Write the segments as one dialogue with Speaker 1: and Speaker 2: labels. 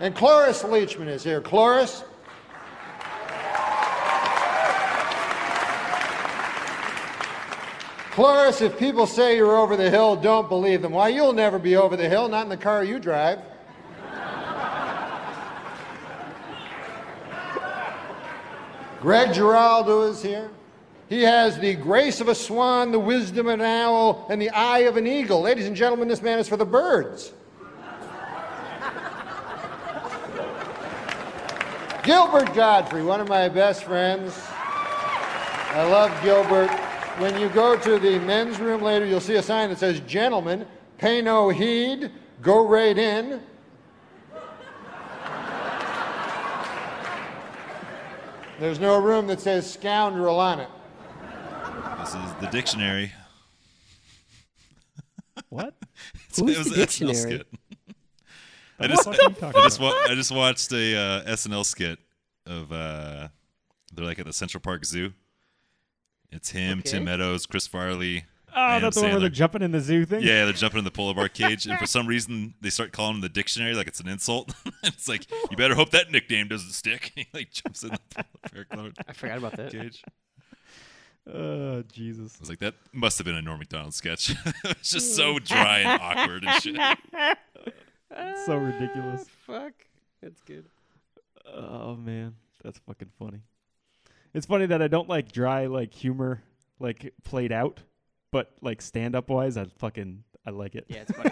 Speaker 1: And Cloris Leachman is here. Cloris? Cloris, if people say you're over the hill, don't believe them. Why, you'll never be over the hill, not in the car you drive. Greg Giraldo is here. He has the grace of a swan, the wisdom of an owl, and the eye of an eagle. Ladies and gentlemen, this man is for the birds. Gilbert Godfrey, one of my best friends. I love Gilbert. When you go to the men's room later, you'll see a sign that says, Gentlemen, pay no heed, go right in. There's no room that says scoundrel on it.
Speaker 2: This is the dictionary.
Speaker 3: What?
Speaker 2: It
Speaker 3: Who's
Speaker 2: was
Speaker 3: the
Speaker 2: an SNL
Speaker 3: dictionary?
Speaker 2: skit. I just,
Speaker 3: fuck are you
Speaker 2: I,
Speaker 3: talking
Speaker 2: just wa- I just watched a uh, SNL skit of uh, they're like at the Central Park Zoo. It's him, Tim
Speaker 3: Okay.
Speaker 2: Meadows, Chris Farley.
Speaker 3: Oh,
Speaker 2: Adam
Speaker 3: that's the one where they're
Speaker 2: Sandler.
Speaker 3: jumping in the zoo thing.
Speaker 2: Yeah, they're jumping in the polar bear cage, and for some reason they start calling him the dictionary like it's an insult. it's like you better hope that nickname doesn't stick. he like jumps in the polar bear
Speaker 4: I forgot about that.
Speaker 2: cage. I
Speaker 3: Oh, Jesus.
Speaker 2: was like, that must have been a Norm Macdonald sketch. it's just so
Speaker 3: Hmm.
Speaker 2: dry and awkward and shit.
Speaker 3: So ridiculous.
Speaker 4: Fuck. That's good.
Speaker 3: Oh man, that's fucking funny. It's funny that I don't like dry like humor like played out, but like stand up wise, I fucking I like it.
Speaker 4: Yeah, it's funny.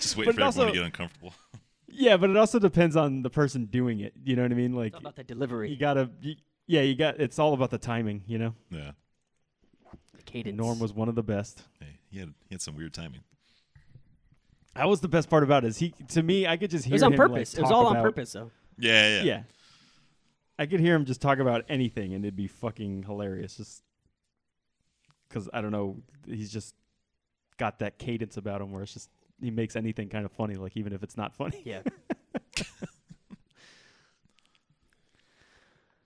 Speaker 2: Just wait
Speaker 3: But
Speaker 2: for
Speaker 3: it
Speaker 2: everyone to
Speaker 3: also-
Speaker 2: get uncomfortable.
Speaker 3: Yeah, but it also depends on the person doing it. You know what I mean? Like
Speaker 4: It's all about the
Speaker 3: you
Speaker 4: delivery,
Speaker 3: gotta, you, yeah, you got. It's all about the timing. You know,
Speaker 2: Yeah.
Speaker 4: the cadence.
Speaker 3: Norm was one of the best.
Speaker 2: Hey, he had he had some weird timing.
Speaker 3: That was the best part about it. Is he to me? I could just
Speaker 4: It
Speaker 3: hear
Speaker 4: was on
Speaker 3: him, like,
Speaker 4: purpose. it was
Speaker 3: talk
Speaker 4: all on
Speaker 3: about-
Speaker 4: purpose, though.
Speaker 2: Yeah, yeah.
Speaker 3: Yeah. I could hear him just talk about anything, and it'd be fucking hilarious. Just because I don't know, he's just got that cadence about him where it's just he makes anything kind of funny, like even if it's not funny.
Speaker 4: Yeah.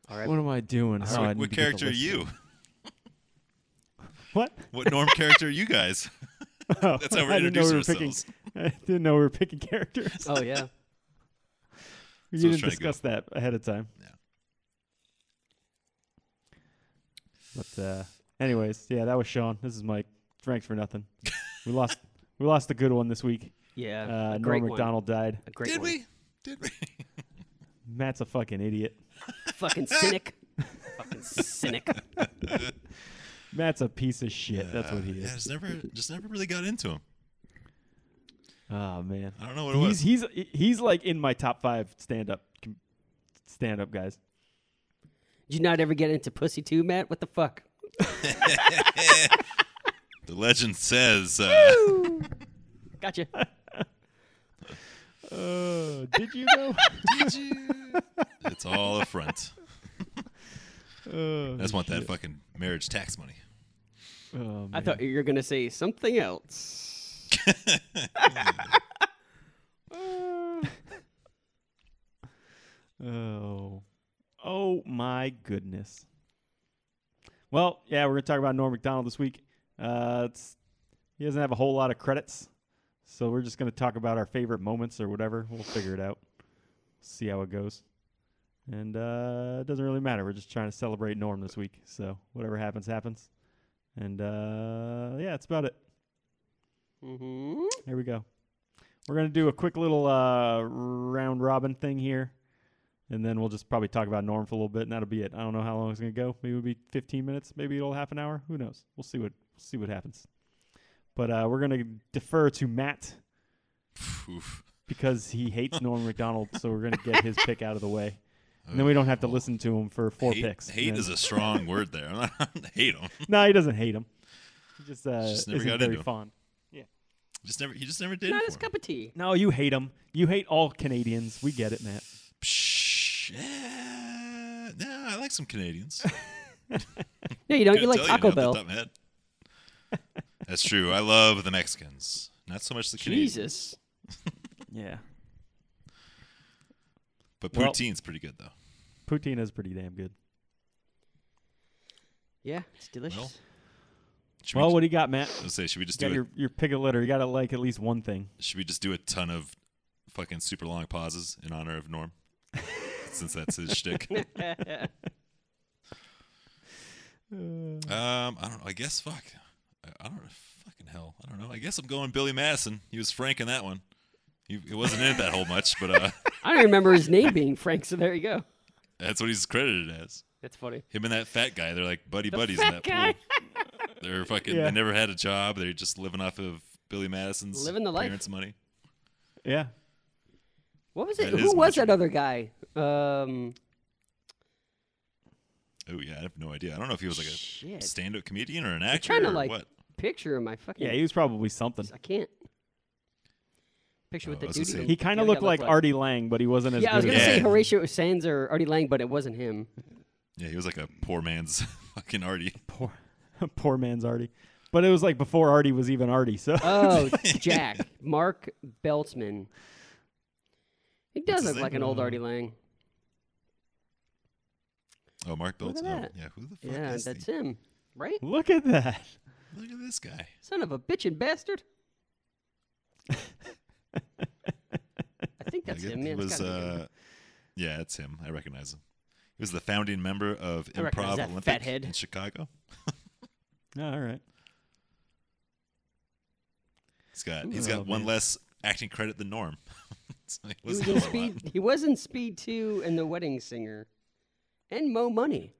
Speaker 4: all right.
Speaker 3: What am I doing?
Speaker 2: So
Speaker 3: Oh, I
Speaker 2: what
Speaker 3: need
Speaker 2: what
Speaker 3: to get the
Speaker 2: character are
Speaker 3: list.
Speaker 2: you?
Speaker 3: What?
Speaker 2: What norm character are you guys? That's how we're
Speaker 3: I didn't know
Speaker 2: introducing
Speaker 3: we were picking.
Speaker 2: ourselves.
Speaker 3: I didn't know we were picking characters.
Speaker 4: Oh yeah.
Speaker 2: So I
Speaker 3: We
Speaker 2: was trying
Speaker 3: didn't
Speaker 2: to go-
Speaker 3: discuss that ahead of time.
Speaker 2: Yeah.
Speaker 3: But uh, anyways, yeah, that was Sean. This is Mike. Frank's for nothing. we lost. We lost a good one this week.
Speaker 4: Yeah.
Speaker 3: Uh,
Speaker 4: a great
Speaker 3: Norm
Speaker 4: one.
Speaker 3: McDonald died.
Speaker 4: A great
Speaker 2: Did
Speaker 4: one.
Speaker 2: we? Did we?
Speaker 3: Matt's a fucking idiot.
Speaker 4: Fucking cynic. Fucking cynic.
Speaker 3: Matt's a piece of shit. That's what he
Speaker 2: yeah,
Speaker 3: is.
Speaker 2: just never just never really got into him.
Speaker 3: Oh man.
Speaker 2: I don't know what it
Speaker 3: He's
Speaker 2: was.
Speaker 3: he's he's like in my top five stand up stand up guys.
Speaker 4: Did you not ever get into pussy too, Matt? What the fuck?
Speaker 2: the legend says uh,
Speaker 4: Gotcha.
Speaker 3: Oh, Uh, did you though?
Speaker 2: it's all a front.
Speaker 3: Oh,
Speaker 2: I just want that fucking marriage tax money.
Speaker 3: oh,
Speaker 4: I
Speaker 3: man.
Speaker 4: thought you were gonna say something else.
Speaker 3: Oh. Oh my goodness. Well, yeah, we're gonna talk about Norm McDonald this week. Uh, it's, he doesn't have a whole lot of credits, so we're just gonna talk about our favorite moments or whatever. We'll figure it out. See how it goes. And uh, it doesn't really matter. We're just trying to celebrate Norm this week. So whatever happens, happens. And uh, yeah, that's about it.
Speaker 4: Mm-hmm.
Speaker 3: Here we go. We're gonna do a quick little uh, round robin thing here, and then we'll just probably talk about Norm for a little bit, and that'll be it. I don't know how long it's gonna go. Maybe it'll be 15 minutes. Maybe it'll half an hour. Who knows? We'll see what see what happens. But uh, we're gonna defer to Matt
Speaker 2: Oof.
Speaker 3: because he hates Norm Macdonald, so we're gonna get his pick out of the way, and then we don't have to listen to him for four
Speaker 2: Oh. hate
Speaker 3: picks. and
Speaker 2: hate
Speaker 3: then-
Speaker 2: is a strong word there. I hate him.
Speaker 3: no, he doesn't hate him. He just, uh,
Speaker 2: Just never
Speaker 3: isn't
Speaker 2: got
Speaker 3: very
Speaker 2: into him.
Speaker 3: fond.
Speaker 2: Just never he just never did.
Speaker 4: Not
Speaker 2: it
Speaker 4: his
Speaker 2: for him.
Speaker 4: cup of tea.
Speaker 3: No, you hate him. You hate all Canadians. We get it, Matt.
Speaker 2: Psh, yeah. No, I like some Canadians.
Speaker 4: No, Oh, you don't.
Speaker 2: Couldn't
Speaker 4: You like
Speaker 2: tell
Speaker 4: Taco
Speaker 2: off the top
Speaker 4: Bell.
Speaker 2: of my head. That's true. I love the Mexicans. Not so much the Canadians.
Speaker 4: Jesus.
Speaker 3: Yeah.
Speaker 2: But
Speaker 3: Well-
Speaker 2: poutine's pretty good though.
Speaker 3: Poutine is pretty damn good.
Speaker 4: Yeah, it's delicious.
Speaker 2: Well, Should
Speaker 3: Well,
Speaker 2: we,
Speaker 3: what do you got, Matt?
Speaker 2: I was gonna say, should we just
Speaker 3: You
Speaker 2: do a,
Speaker 3: got your, your pick a litter. You got to like at least one thing.
Speaker 2: should we just do a ton of fucking super long pauses in honor of Norm, since that's his shtick. Um, I don't know. I guess fuck. I, I don't know. Fucking hell. I don't know. I guess I'm going Billy Madison. He was Frank in that one. He, he wasn't in it that whole much, but uh,
Speaker 4: I don't remember his name being Frank, so there you go.
Speaker 2: that's what he's credited as.
Speaker 4: That's funny.
Speaker 2: Him and that fat guy. They're like buddy buddies in that
Speaker 4: Fat guy.
Speaker 2: pool. They're fucking.
Speaker 3: Yeah.
Speaker 2: They never had a job. They're just living off of Billy Madison's
Speaker 4: Living the life.
Speaker 2: parents' money.
Speaker 3: Yeah.
Speaker 4: What was it?
Speaker 2: That
Speaker 4: Who
Speaker 2: is
Speaker 4: was
Speaker 2: much-
Speaker 4: that other guy? Um,
Speaker 2: Oh yeah, I have no idea. I don't know if he was like a
Speaker 4: shit.
Speaker 2: stand-up comedian or an actor
Speaker 4: trying to
Speaker 2: or
Speaker 4: like
Speaker 2: what.
Speaker 4: picture him. I fucking
Speaker 3: Yeah, he was probably something.
Speaker 4: I can't picture
Speaker 2: Oh,
Speaker 4: what
Speaker 2: I
Speaker 4: the
Speaker 2: was gonna
Speaker 4: dude.
Speaker 2: say-
Speaker 4: even-
Speaker 3: He kind
Speaker 4: the
Speaker 3: of
Speaker 4: other
Speaker 3: looked
Speaker 4: guy
Speaker 3: like Artie Lang, but he wasn't as
Speaker 4: Yeah, I was
Speaker 3: good.
Speaker 4: gonna
Speaker 3: as
Speaker 2: Yeah.
Speaker 4: say
Speaker 3: him.
Speaker 4: Horatio Sands or Artie Lang, but it wasn't him.
Speaker 2: Yeah, he was like a poor man's fucking Artie.
Speaker 3: poor, poor man's Artie. But it was like before Artie was even Artie. So
Speaker 4: Oh, Jack Mark Beltzman. He does
Speaker 2: his name?
Speaker 4: look
Speaker 2: Uh-huh.
Speaker 4: like an old Artie Lang.
Speaker 2: Oh, Mark
Speaker 4: Look
Speaker 2: Biltz.
Speaker 4: at
Speaker 2: Oh,
Speaker 4: that.
Speaker 2: yeah, who the fuck
Speaker 4: Yeah,
Speaker 2: is
Speaker 4: that's
Speaker 2: he?
Speaker 4: him, right?
Speaker 3: look at that.
Speaker 2: Look at this guy.
Speaker 4: Son of a bitchin' bastard. I think that's
Speaker 2: Like, it-
Speaker 4: him. Man,
Speaker 2: He
Speaker 4: It's
Speaker 2: was,
Speaker 4: gotta be him.
Speaker 2: uh, yeah, it's him. I recognize him. He was the founding member of
Speaker 4: I recognize
Speaker 2: Improv
Speaker 4: that
Speaker 2: Olympic
Speaker 4: fathead.
Speaker 2: in Chicago.
Speaker 3: Oh, all right.
Speaker 2: He's got he's
Speaker 3: Oh,
Speaker 2: got one
Speaker 3: man.
Speaker 2: less acting credit than Norm. so he
Speaker 4: He was
Speaker 2: wasn't
Speaker 4: in
Speaker 2: a whole lot.
Speaker 4: Speed. He was in Speed Two and The Wedding Singer, and Mo Money.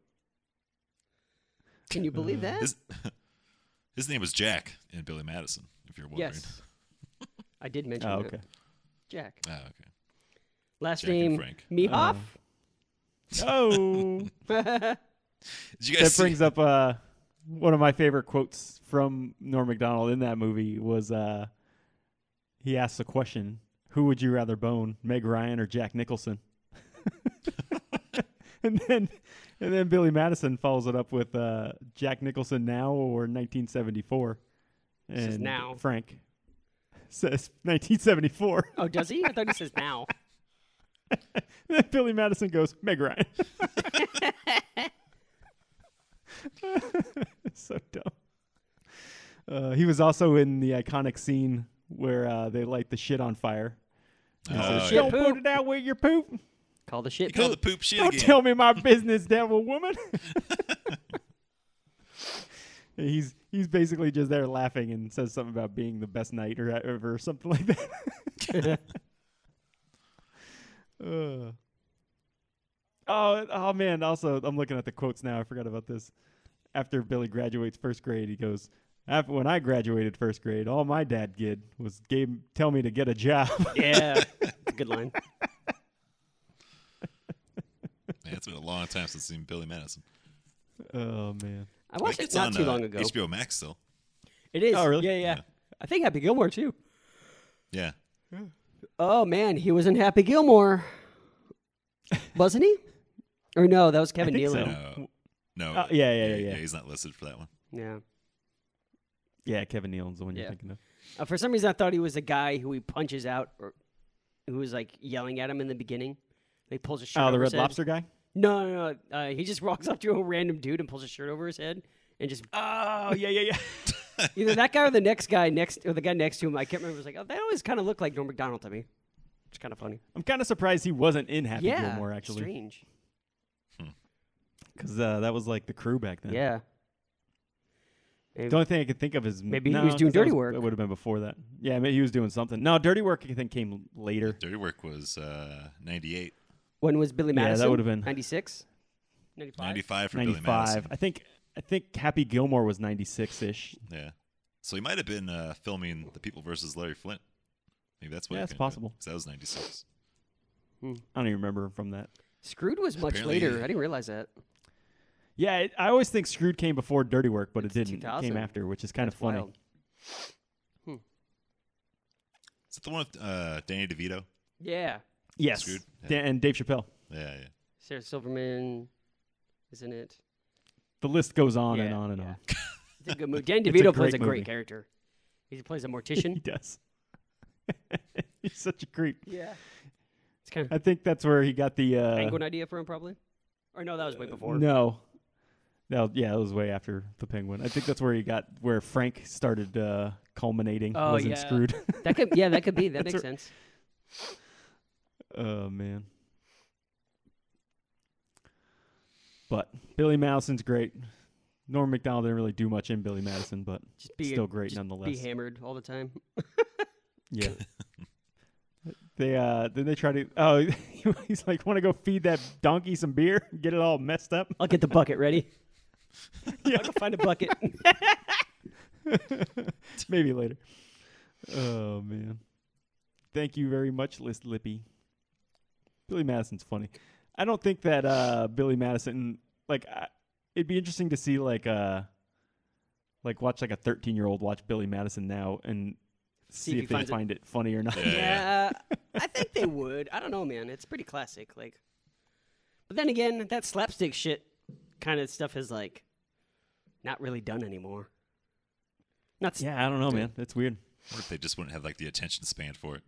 Speaker 4: Can you believe that?
Speaker 2: His, his name was Jack in Billy Madison. If you're wondering.
Speaker 4: yes, I did mention
Speaker 3: Oh,
Speaker 4: that.
Speaker 3: okay.
Speaker 4: Jack.
Speaker 2: Oh, okay.
Speaker 4: Last
Speaker 2: Jack and
Speaker 4: name
Speaker 2: Frank.
Speaker 3: Uh-huh.
Speaker 4: Mehoff.
Speaker 3: Oh,
Speaker 4: Mm.
Speaker 2: Did you guys
Speaker 3: that
Speaker 2: see-
Speaker 3: brings up uh, one of my favorite quotes from Norm Macdonald in that movie was uh, he asked the question, "Who would you rather bone, Meg Ryan or Jack Nicholson?" and then, and then Billy Madison follows it up with uh, Jack Nicholson now or 1974. And
Speaker 4: is now.
Speaker 3: Frank says 1974.
Speaker 4: oh, does he? I thought he says now.
Speaker 3: Then Billy Madison goes, Meg Ryan. so dumb. Uh, he was also in the iconic scene where uh, they light the shit on fire. He
Speaker 2: Oh,
Speaker 3: says,
Speaker 2: yeah.
Speaker 3: Don't put it out where you're pooping.
Speaker 4: Call the shit.
Speaker 2: He called the
Speaker 4: poop.
Speaker 2: poop shit
Speaker 3: Don't
Speaker 2: again.
Speaker 3: tell me my business, devil woman. he's he's basically just there laughing and says something about being the best knight or ever or something like that. Uh. Oh, oh man! Also, I'm looking at the quotes now. I forgot about this. After Billy graduates first grade, he goes, "After when I graduated first grade, all my dad did was gave tell me to get a job."
Speaker 4: yeah, it's a good line.
Speaker 2: Man, it's been a long time since I've seen Billy Madison.
Speaker 3: oh man!
Speaker 4: I
Speaker 2: I
Speaker 4: watched
Speaker 2: think
Speaker 4: it
Speaker 2: it's
Speaker 4: not
Speaker 2: on,
Speaker 4: too
Speaker 2: uh,
Speaker 4: long ago.
Speaker 2: HBO Max still.
Speaker 4: It is.
Speaker 3: Oh, really?
Speaker 4: Yeah, yeah. I think Happy Gilmore too.
Speaker 2: Yeah.
Speaker 4: Oh man, he was in Happy Gilmore, wasn't he? Or no, that was Kevin
Speaker 3: I think
Speaker 4: Nealon.
Speaker 3: so.
Speaker 2: No. Uh, No.
Speaker 3: Oh, yeah, yeah, yeah, yeah.
Speaker 2: He's not listed for that one.
Speaker 4: Yeah.
Speaker 3: Yeah, Kevin Nealon's the one
Speaker 4: Yeah.
Speaker 3: you're thinking of.
Speaker 4: Uh, for some reason, I thought he was a guy who he punches out, or who was like yelling at him in the beginning. He pulls a shirt.
Speaker 3: Oh,
Speaker 4: over
Speaker 3: the
Speaker 4: his
Speaker 3: Red
Speaker 4: head.
Speaker 3: Lobster guy.
Speaker 4: No, no, no. Uh, he just walks up to a random dude and pulls a shirt over his head and just
Speaker 3: Oh yeah, yeah, yeah.
Speaker 4: either that guy or the next guy next or the guy next to him. I can't remember. Was like, oh, that always kind of looked like Norm Macdonald to me. It's kind of funny.
Speaker 3: I'm kind of surprised he wasn't in Happy
Speaker 4: yeah,
Speaker 3: Gilmore actually,
Speaker 4: strange.
Speaker 3: because uh, that was like the crew back then.
Speaker 4: Yeah,
Speaker 3: The only thing I could think of is
Speaker 4: Maybe he
Speaker 3: no,
Speaker 4: was doing
Speaker 3: 'cause that
Speaker 4: dirty work.
Speaker 3: It would have been before that. Yeah, maybe he was doing something. No, dirty work I think came later.
Speaker 2: Dirty Work was uh, 98.
Speaker 4: when was Billy
Speaker 3: Yeah, that
Speaker 4: Madison?
Speaker 3: would've been-
Speaker 4: ninety six. 95?
Speaker 2: 95 for Billy Madison.
Speaker 3: 95. I think I think Happy Gilmore was 96 ish.
Speaker 2: Yeah. So he might have been uh, filming The People versus Larry Flint. Maybe that's what.
Speaker 3: Yeah,
Speaker 2: he
Speaker 3: it's
Speaker 2: couldn't do it,
Speaker 3: possible.
Speaker 2: 'cause that was '96.
Speaker 3: I don't even remember from that.
Speaker 4: Screwed was much
Speaker 2: Apparently-
Speaker 4: later. I didn't realize that.
Speaker 3: Yeah, it, I always think Screwed came before Dirty Work, but it didn't. It
Speaker 4: 2000.
Speaker 3: came after, which is kind of
Speaker 4: It's
Speaker 3: funny.
Speaker 4: wild.
Speaker 2: Is it the one with uh, Danny DeVito?
Speaker 4: Yeah,
Speaker 3: Yes.
Speaker 2: Screwed, yeah.
Speaker 3: Da- and Dave Chappelle.
Speaker 2: Yeah, yeah.
Speaker 4: Sarah Silverman, isn't it?
Speaker 3: The list goes on and
Speaker 4: Yeah,
Speaker 3: on and
Speaker 4: yeah.
Speaker 3: on.
Speaker 4: It's a good movie. Danny
Speaker 3: It's a
Speaker 4: DeVito plays
Speaker 3: great
Speaker 4: a great
Speaker 3: movie.
Speaker 4: character. He plays a
Speaker 3: He
Speaker 4: mortician.
Speaker 3: does. He's such a creep.
Speaker 4: yeah, it's kind of
Speaker 3: I think that's where he got the. Uh,
Speaker 4: penguin idea for him, probably. Or no, that was way before.
Speaker 3: No. No, yeah, it was way after the penguin. I think that's where he got where Frank started uh, culminating.
Speaker 4: Oh,
Speaker 3: wasn't
Speaker 4: yeah.
Speaker 3: screwed.
Speaker 4: That could yeah, that could be. That
Speaker 3: That's
Speaker 4: makes
Speaker 3: right.
Speaker 4: sense.
Speaker 3: Oh man. But Billy Madison's great. Norm McDonald didn't really do much in Billy Madison, but
Speaker 4: Just be
Speaker 3: Still great
Speaker 4: just Be
Speaker 3: nonetheless.
Speaker 4: hammered all the time.
Speaker 3: yeah. they uh then they try to oh he's like want to go feed that donkey some beer get it all messed up
Speaker 4: I'll get the bucket ready.
Speaker 3: Yeah.
Speaker 4: I'll go find a bucket.
Speaker 3: maybe later oh man thank you very much list lippy billy madison's funny i don't think that uh billy madison like I, it'd be interesting to see like uh like watch like a 13 year old watch billy madison now and see,
Speaker 4: if
Speaker 3: if,
Speaker 4: he
Speaker 3: they
Speaker 4: finds it-
Speaker 3: find it. funny or not
Speaker 2: Yeah,
Speaker 4: yeah, uh, I think they would. I don't know, man. It's pretty classic. Like, but then again, that slapstick shit kind of stuff is like not really done anymore. Not s-
Speaker 3: yeah i don't know man that's weird
Speaker 2: Or if they just wouldn't have like the attention span for it,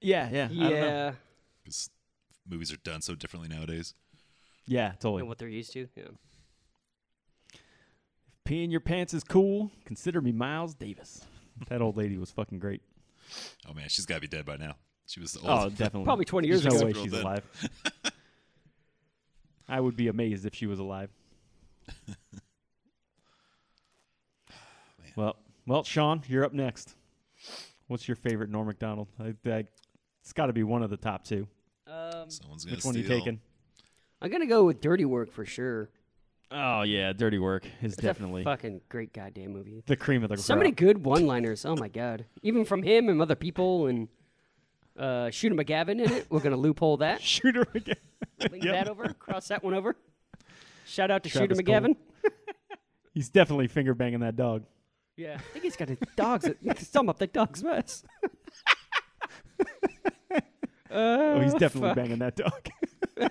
Speaker 3: yeah yeah I don't know.
Speaker 4: yeah,
Speaker 2: because movies are done so differently nowadays.
Speaker 3: yeah totally
Speaker 4: and what they're used to. Yeah.
Speaker 3: Peeing your pants is cool. Consider me Miles Davis. That old lady was fucking great.
Speaker 2: Oh man, she's got to be dead by now. She was old.
Speaker 3: Oh, definitely.
Speaker 4: Probably 20
Speaker 3: There's
Speaker 4: years
Speaker 3: no
Speaker 4: ago.
Speaker 3: way
Speaker 2: Real
Speaker 3: she's
Speaker 2: dead.
Speaker 3: alive. I would be amazed if she was alive. well, well, Sean, you're up next. What's your favorite Norm Macdonald? I, I, it's got to be one of the top two.
Speaker 4: Um,
Speaker 2: Someone's gonna
Speaker 3: Which one are you
Speaker 2: steal.
Speaker 3: taking?
Speaker 4: I'm gonna go with Dirty Work for sure.
Speaker 3: Oh yeah, Dirty Work is
Speaker 4: It's a fucking great goddamn movie.
Speaker 3: the cream of the crop.
Speaker 4: So many good one-liners. Oh my god! Even from him and other people, and uh, Shooter McGavin in it. We're gonna loophole that.
Speaker 3: shooter again.
Speaker 4: Link that over. Cross that one over. Shout out to
Speaker 3: Travis
Speaker 4: Shooter McGavin.
Speaker 3: He's definitely finger banging that dog.
Speaker 4: Yeah, I think he's got his dogs. his thumb up the dog's mess.
Speaker 3: Oh, he's definitely
Speaker 4: fuck.
Speaker 3: banging that dog.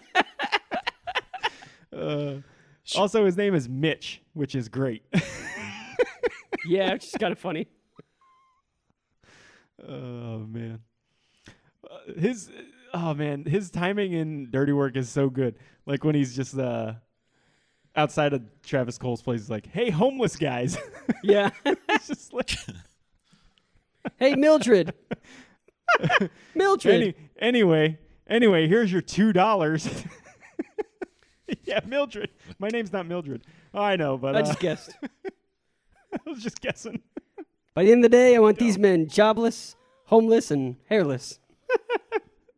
Speaker 3: Uh, also, his name is Mitch, which is great.
Speaker 4: Yeah, which is kind of funny.
Speaker 3: oh man, Uh, his oh man, his timing in Dirty Work is so good. Like when he's just uh, outside of Travis Cole's place, he's like, "Hey, homeless guys!"
Speaker 4: Yeah.
Speaker 3: it's just like
Speaker 4: hey, Mildred. Mildred.
Speaker 3: any, anyway, anyway, here's your two dollars. yeah, Mildred. My name's not Mildred. Oh, I know, but uh,
Speaker 4: I just guessed.
Speaker 3: I was just guessing.
Speaker 4: By the end of the day, I want these men jobless, homeless, and hairless.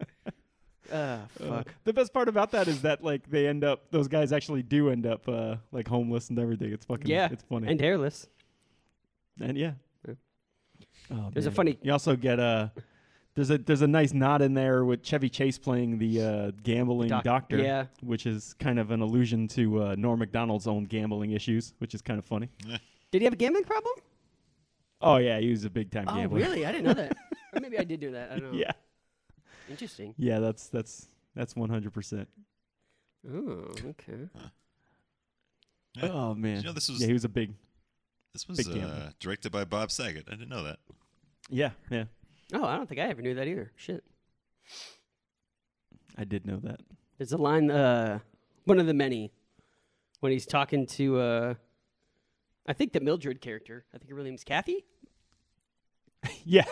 Speaker 4: Ah, fuck.
Speaker 3: The best part about that is that like they end up those guys actually do end up uh like homeless and everything. It's fucking
Speaker 4: yeah,
Speaker 3: it's funny.
Speaker 4: and hairless.
Speaker 3: And, yeah.
Speaker 4: Yeah.
Speaker 3: Oh,
Speaker 4: There's a
Speaker 3: man.
Speaker 4: funny-
Speaker 3: You also get uh there's a there's a nice nod in there with Chevy Chase playing the uh gambling
Speaker 4: Doc-
Speaker 3: doctor.
Speaker 4: yeah.
Speaker 3: Which is kind of an allusion to uh Norm McDonald's own gambling issues, which is kind of funny.
Speaker 4: Did he have a gambling problem?
Speaker 3: Oh yeah, he was a big time
Speaker 4: Oh,
Speaker 3: gambler.
Speaker 4: really? I didn't know that. or maybe I did do that. I don't know.
Speaker 3: Yeah.
Speaker 4: Interesting.
Speaker 3: Yeah, that's that's that's one hundred percent.
Speaker 4: Oh, okay.
Speaker 2: Yeah.
Speaker 3: Oh man.
Speaker 2: you know this was-
Speaker 3: yeah, he was a big
Speaker 2: This was
Speaker 3: Big gambler.
Speaker 2: uh, directed by Bob Saget. I didn't know that.
Speaker 3: Yeah, yeah.
Speaker 4: Oh, I don't think I ever knew that either. Shit.
Speaker 3: I did know that.
Speaker 4: There's a line, uh, one of the many, when he's talking to, uh, I think the Mildred character. I think her real name's Kathy.
Speaker 3: Yeah.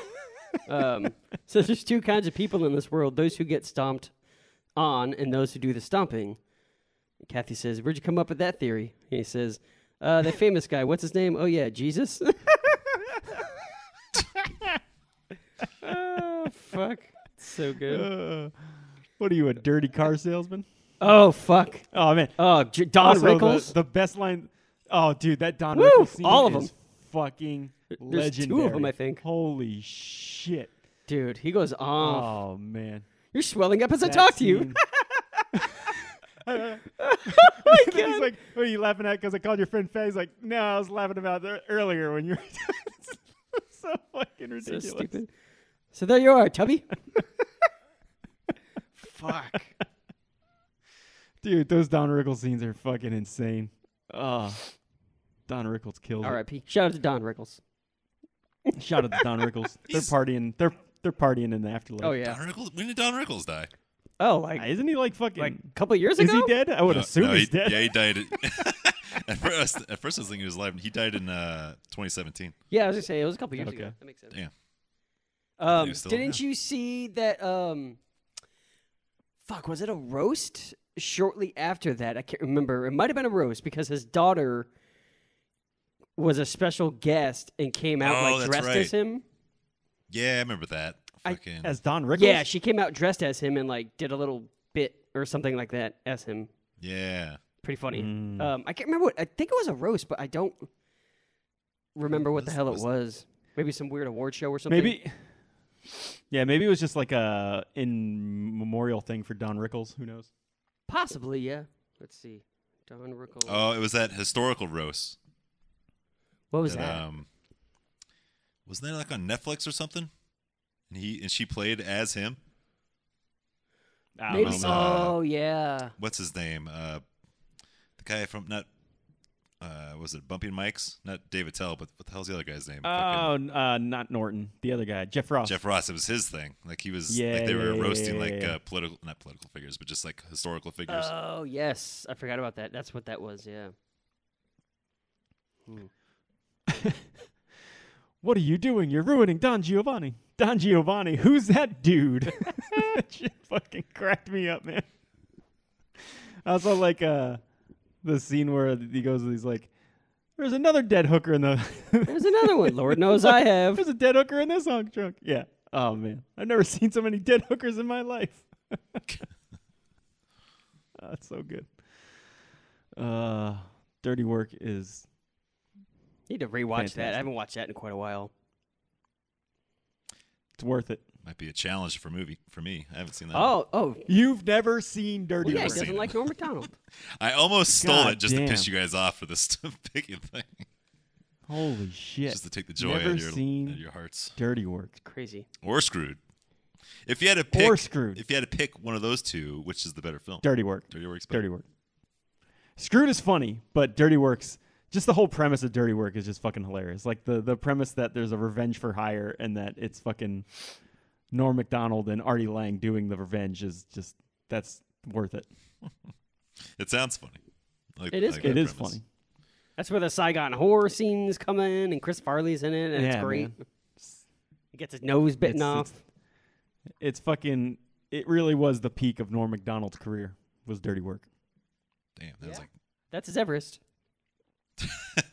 Speaker 4: Um, so there's two kinds of people in this world: those who get stomped on, and those who do the stomping. And Kathy says, "Where'd you come up with that theory?" And he says, uh, "The famous guy. What's his name? Oh yeah, Jesus." oh fuck! So good.
Speaker 3: Uh, what are you, a dirty car salesman?
Speaker 4: Oh fuck!
Speaker 3: Oh man.
Speaker 4: Oh, J- Don
Speaker 3: Also,
Speaker 4: Rickles.
Speaker 3: The, the best line. Oh, dude, that Don
Speaker 4: Woo!
Speaker 3: Rickles scene
Speaker 4: All of
Speaker 3: is
Speaker 4: them.
Speaker 3: fucking
Speaker 4: There's two of
Speaker 3: legendary.
Speaker 4: them, I think.
Speaker 3: Holy shit!
Speaker 4: Dude, he goes on.
Speaker 3: Oh man,
Speaker 4: You're swelling up as I
Speaker 3: That
Speaker 4: talk to you.
Speaker 3: scene- And then he's like, "What are you laughing at?" Because I called your friend fat. He's like, "No, I was laughing about that earlier when you were." so fucking
Speaker 4: so
Speaker 3: ridiculous.
Speaker 4: stupid. So there you are, Tubby. Fuck.
Speaker 3: Dude, those Don Rickles scenes are fucking insane. Oh, Don Rickles kills. it.
Speaker 4: R.I.P. Shout out to Don Rickles.
Speaker 3: Shout out to Don Rickles. they're
Speaker 2: He's-
Speaker 3: partying. They're they're partying in the afterlife.
Speaker 4: Oh yeah.
Speaker 2: Don Rickles. When did Don Rickles die?
Speaker 4: Oh, like
Speaker 3: Uh,
Speaker 4: a
Speaker 3: Isn't he like fucking?
Speaker 4: couple years
Speaker 3: is
Speaker 4: ago.
Speaker 3: he dead? I would
Speaker 2: No,
Speaker 3: assume
Speaker 2: Uh, no,
Speaker 3: he's
Speaker 2: he-
Speaker 3: dead.
Speaker 2: Yeah, he died. at- at, first, at first, I was thinking he was alive. and He died in uh, 2017.
Speaker 4: Yeah, I was gonna say it was a couple years
Speaker 3: Okay.
Speaker 4: ago. That makes sense.
Speaker 2: Damn.
Speaker 4: Um,
Speaker 2: was still
Speaker 4: didn't
Speaker 2: alive.
Speaker 4: you see that? Um, fuck, was it a roast? Shortly after that, I can't remember. It might have been a roast because his daughter was a special guest and came out
Speaker 2: Oh,
Speaker 4: like
Speaker 2: that's
Speaker 4: dressed
Speaker 2: right.
Speaker 4: as him.
Speaker 2: Yeah, I remember that.
Speaker 4: I-
Speaker 2: Fucking.
Speaker 3: As Don Rickles?
Speaker 4: Yeah, she came out dressed as him and like did a little bit or something like that as him.
Speaker 2: yeah.
Speaker 4: Pretty funny.
Speaker 2: Hmm.
Speaker 4: Um, I can't remember what I think it was a roast, but I don't remember what the
Speaker 2: Was-
Speaker 4: hell it
Speaker 2: was-
Speaker 4: was. Maybe some weird award show or something.
Speaker 3: Maybe. Yeah, maybe it was just like a in memorial thing for Don Rickles. Who knows?
Speaker 4: possibly, yeah. Let's see. Don Rickles.
Speaker 2: Oh, it was that historical roast.
Speaker 4: what was that?
Speaker 2: Um, wasn't that like on Netflix or something? And he and she played as him.
Speaker 3: I don't
Speaker 4: Maybe.
Speaker 3: know, man.
Speaker 2: uh,
Speaker 4: Oh yeah.
Speaker 2: What's his name? Uh, the guy from not. Uh, was it Bumping Mike's? Not David Tell, but what the hell's the other guy's name? Fucking
Speaker 3: Oh, n- uh, not Norton. The other guy, Jeff Ross.
Speaker 2: Jeff Ross. It was his thing. Like he was.
Speaker 3: Yeah,
Speaker 2: like they were
Speaker 3: yeah, yeah,
Speaker 2: roasting
Speaker 3: yeah,
Speaker 2: like
Speaker 3: yeah. Uh,
Speaker 2: Uh, political, not political figures, but just like historical figures.
Speaker 4: Oh yes, I forgot about that. That's what that was. Yeah.
Speaker 3: What are you doing? You're ruining Don Giovanni. Don Giovanni, who's that dude? That shit fucking cracked me up, man. I saw like uh, the scene where he goes and he's like, "There's another dead hooker in the."
Speaker 4: There's another one. Lord knows I have.
Speaker 3: There's a dead hooker in this honk trunk. Yeah. Oh man, I've never seen so many dead hookers in my life. Oh, That's so good. Uh, dirty work is
Speaker 4: Need to rewatch that. I
Speaker 3: Fantastic.
Speaker 4: haven't watched that in quite a while.
Speaker 3: it's worth it.
Speaker 2: Might be a challenge for movie for me. I haven't seen that.
Speaker 4: Oh, oh,
Speaker 3: You've never seen dirty
Speaker 4: yeah, he
Speaker 2: never
Speaker 3: work.
Speaker 2: seen
Speaker 4: doesn't
Speaker 2: it.
Speaker 4: like Norm Macdonald.
Speaker 2: I almost stole
Speaker 3: God
Speaker 2: it just to piss
Speaker 3: damn.
Speaker 2: you guys off for this stuff picking thing,
Speaker 3: Holy shit.
Speaker 2: just to take the joy out
Speaker 3: Never
Speaker 2: of your
Speaker 3: seen
Speaker 2: out of your hearts.
Speaker 3: dirty work.
Speaker 4: Crazy.
Speaker 2: or Screwed. If you had to pick,
Speaker 3: Or Screwed.
Speaker 2: If you had to pick one of those two, which is the better film?
Speaker 3: Dirty work.
Speaker 2: Dirty Work's better.
Speaker 3: Dirty work. Screwed is funny, but dirty works. Just the whole premise of dirty work is just fucking hilarious. Like the the premise that there's a revenge for hire and that it's fucking Norm Macdonald and Artie Lang doing the revenge is just that's worth it.
Speaker 2: It sounds funny. Like,
Speaker 4: It is
Speaker 2: like
Speaker 4: good.
Speaker 3: It
Speaker 2: that
Speaker 3: is
Speaker 2: premise.
Speaker 3: funny.
Speaker 4: That's where the Saigon horror scenes come in, and Chris Farley's in it, and
Speaker 3: Yeah,
Speaker 4: it's great.
Speaker 3: man.
Speaker 4: He gets his nose bitten
Speaker 3: It's-
Speaker 4: off.
Speaker 3: It's, it's fucking. It really was the peak of Norm Macdonald's career. Was dirty work.
Speaker 2: Damn, that was like
Speaker 4: That's his Everest.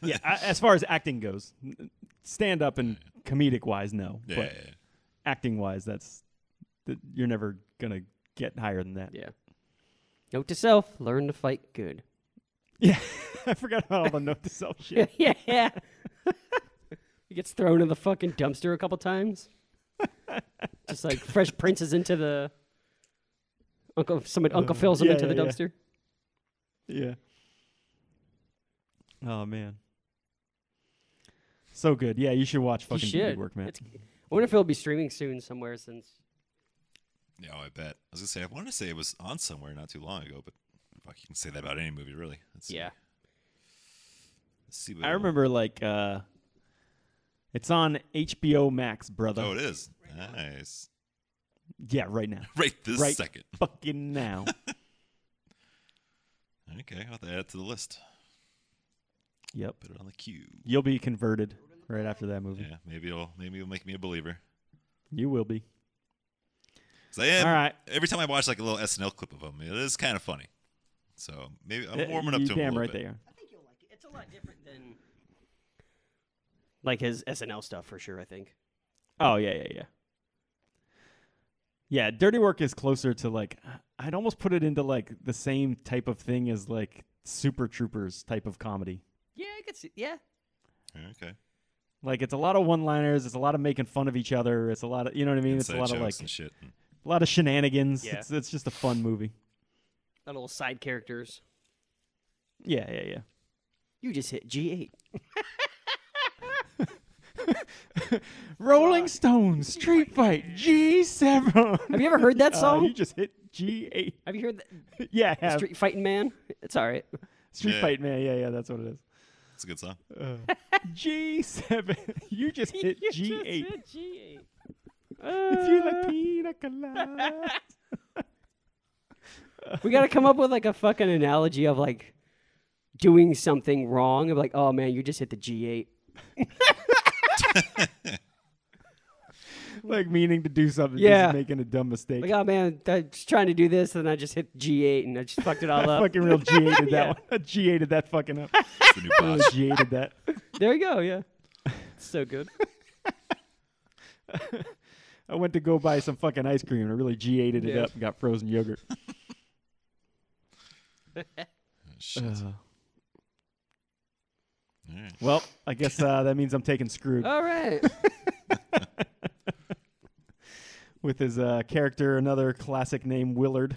Speaker 3: Yeah, I, as far as acting goes, stand up and comedic wise, no.
Speaker 2: yeah,
Speaker 3: but
Speaker 2: yeah, yeah.
Speaker 3: acting wise, that's that you're never gonna get higher than that.
Speaker 4: Yeah. Note to self: learn to fight good.
Speaker 3: Yeah, I forgot about all the note to self
Speaker 4: yeah,
Speaker 3: shit.
Speaker 4: yeah, yeah. he gets thrown in the fucking dumpster a couple times. Just like Fresh Prince is into the Uncle. Somebody Uncle
Speaker 3: Uh,
Speaker 4: Phil's him
Speaker 3: yeah,
Speaker 4: into the
Speaker 3: yeah, yeah.
Speaker 4: dumpster.
Speaker 3: Yeah. Oh man. So good. Yeah, you should watch fucking
Speaker 4: should.
Speaker 3: Good Work, man.
Speaker 4: It's- I wonder if it'll be streaming soon somewhere. Since
Speaker 2: Yeah, oh, I bet. I was gonna say I wanted to say it was on somewhere not too long ago, but fuck, you can say that about any movie, really. Let's see.
Speaker 4: yeah,
Speaker 2: Let's see what
Speaker 3: I
Speaker 2: it'll-
Speaker 3: remember like uh it's on HBO Max, brother.
Speaker 2: Oh, it is nice.
Speaker 3: Yeah, right now.
Speaker 2: Right this
Speaker 3: Right.
Speaker 2: second.
Speaker 3: Fucking now.
Speaker 2: Okay, I'll have to add it to the list.
Speaker 3: yep.
Speaker 2: Put it on the queue.
Speaker 3: You'll be converted right after that movie.
Speaker 2: Yeah, maybe it'll maybe it'll make me a believer.
Speaker 3: You will be.
Speaker 2: 'Cause I am.
Speaker 3: All right.
Speaker 2: Every time I watch like a little SNL clip of him, it is kind of funny. So maybe I'm warming up
Speaker 3: Eh, you
Speaker 2: to him. a
Speaker 3: damn
Speaker 2: little
Speaker 3: right
Speaker 2: bit.
Speaker 3: there.
Speaker 4: I think you'll like it. It's a lot different than like his SNL stuff for sure. I think.
Speaker 3: Oh yeah, yeah, yeah. Yeah, dirty work is closer to like I'd almost put it into like the same type of thing as like Super Troopers type of comedy.
Speaker 4: Yeah, I could see. Yeah,
Speaker 2: Okay.
Speaker 3: Like it's a lot of one-liners, it's a lot of making fun of each other, it's a lot of you know what I mean,
Speaker 2: Inside
Speaker 3: it's a lot of
Speaker 2: jokes
Speaker 3: like
Speaker 2: and shit. Hmm. and-
Speaker 3: a lot of shenanigans.
Speaker 4: Yeah.
Speaker 3: It's it's just a fun movie.
Speaker 4: the little side characters.
Speaker 3: Yeah, yeah, yeah.
Speaker 4: You just hit G eight.
Speaker 3: Rolling Stones Street Fight G7.
Speaker 4: Have you ever heard that
Speaker 3: Uh,
Speaker 4: song?
Speaker 3: you just hit G8.
Speaker 4: Have you heard that
Speaker 3: Yeah, I have. Street,
Speaker 4: Street Fighting Man? It's all right.
Speaker 2: Yeah.
Speaker 3: Fight Man. Yeah, yeah, that's what it is.
Speaker 2: It's a good song.
Speaker 3: G7. you just hit
Speaker 4: You just
Speaker 3: G8.
Speaker 4: said G8.
Speaker 3: If you like
Speaker 4: Uh.
Speaker 3: pina colada.
Speaker 4: We got to come up with like a fucking analogy of like doing something wrong. Of like, oh man, you just hit the G8.
Speaker 3: like meaning to do something,
Speaker 4: Yeah.
Speaker 3: just making a dumb mistake.
Speaker 4: Like, oh man, I was trying to do this, and I just hit G8 and I just fucked it all up.
Speaker 3: fucking real G8 did that one. A G8 did that fucking up.
Speaker 2: It's the new
Speaker 3: Real
Speaker 2: botch.
Speaker 3: G8 did that.
Speaker 4: There you go. Yeah. so good.
Speaker 3: I went to go buy some fucking ice cream and I really G8 it
Speaker 4: Yeah.
Speaker 3: up and got frozen yogurt.
Speaker 2: Oh, Shit. All right.
Speaker 3: Uh. well, I guess uh, that means I'm taking Scrooge
Speaker 4: All right.
Speaker 3: with his uh, character, another classic name, Willard.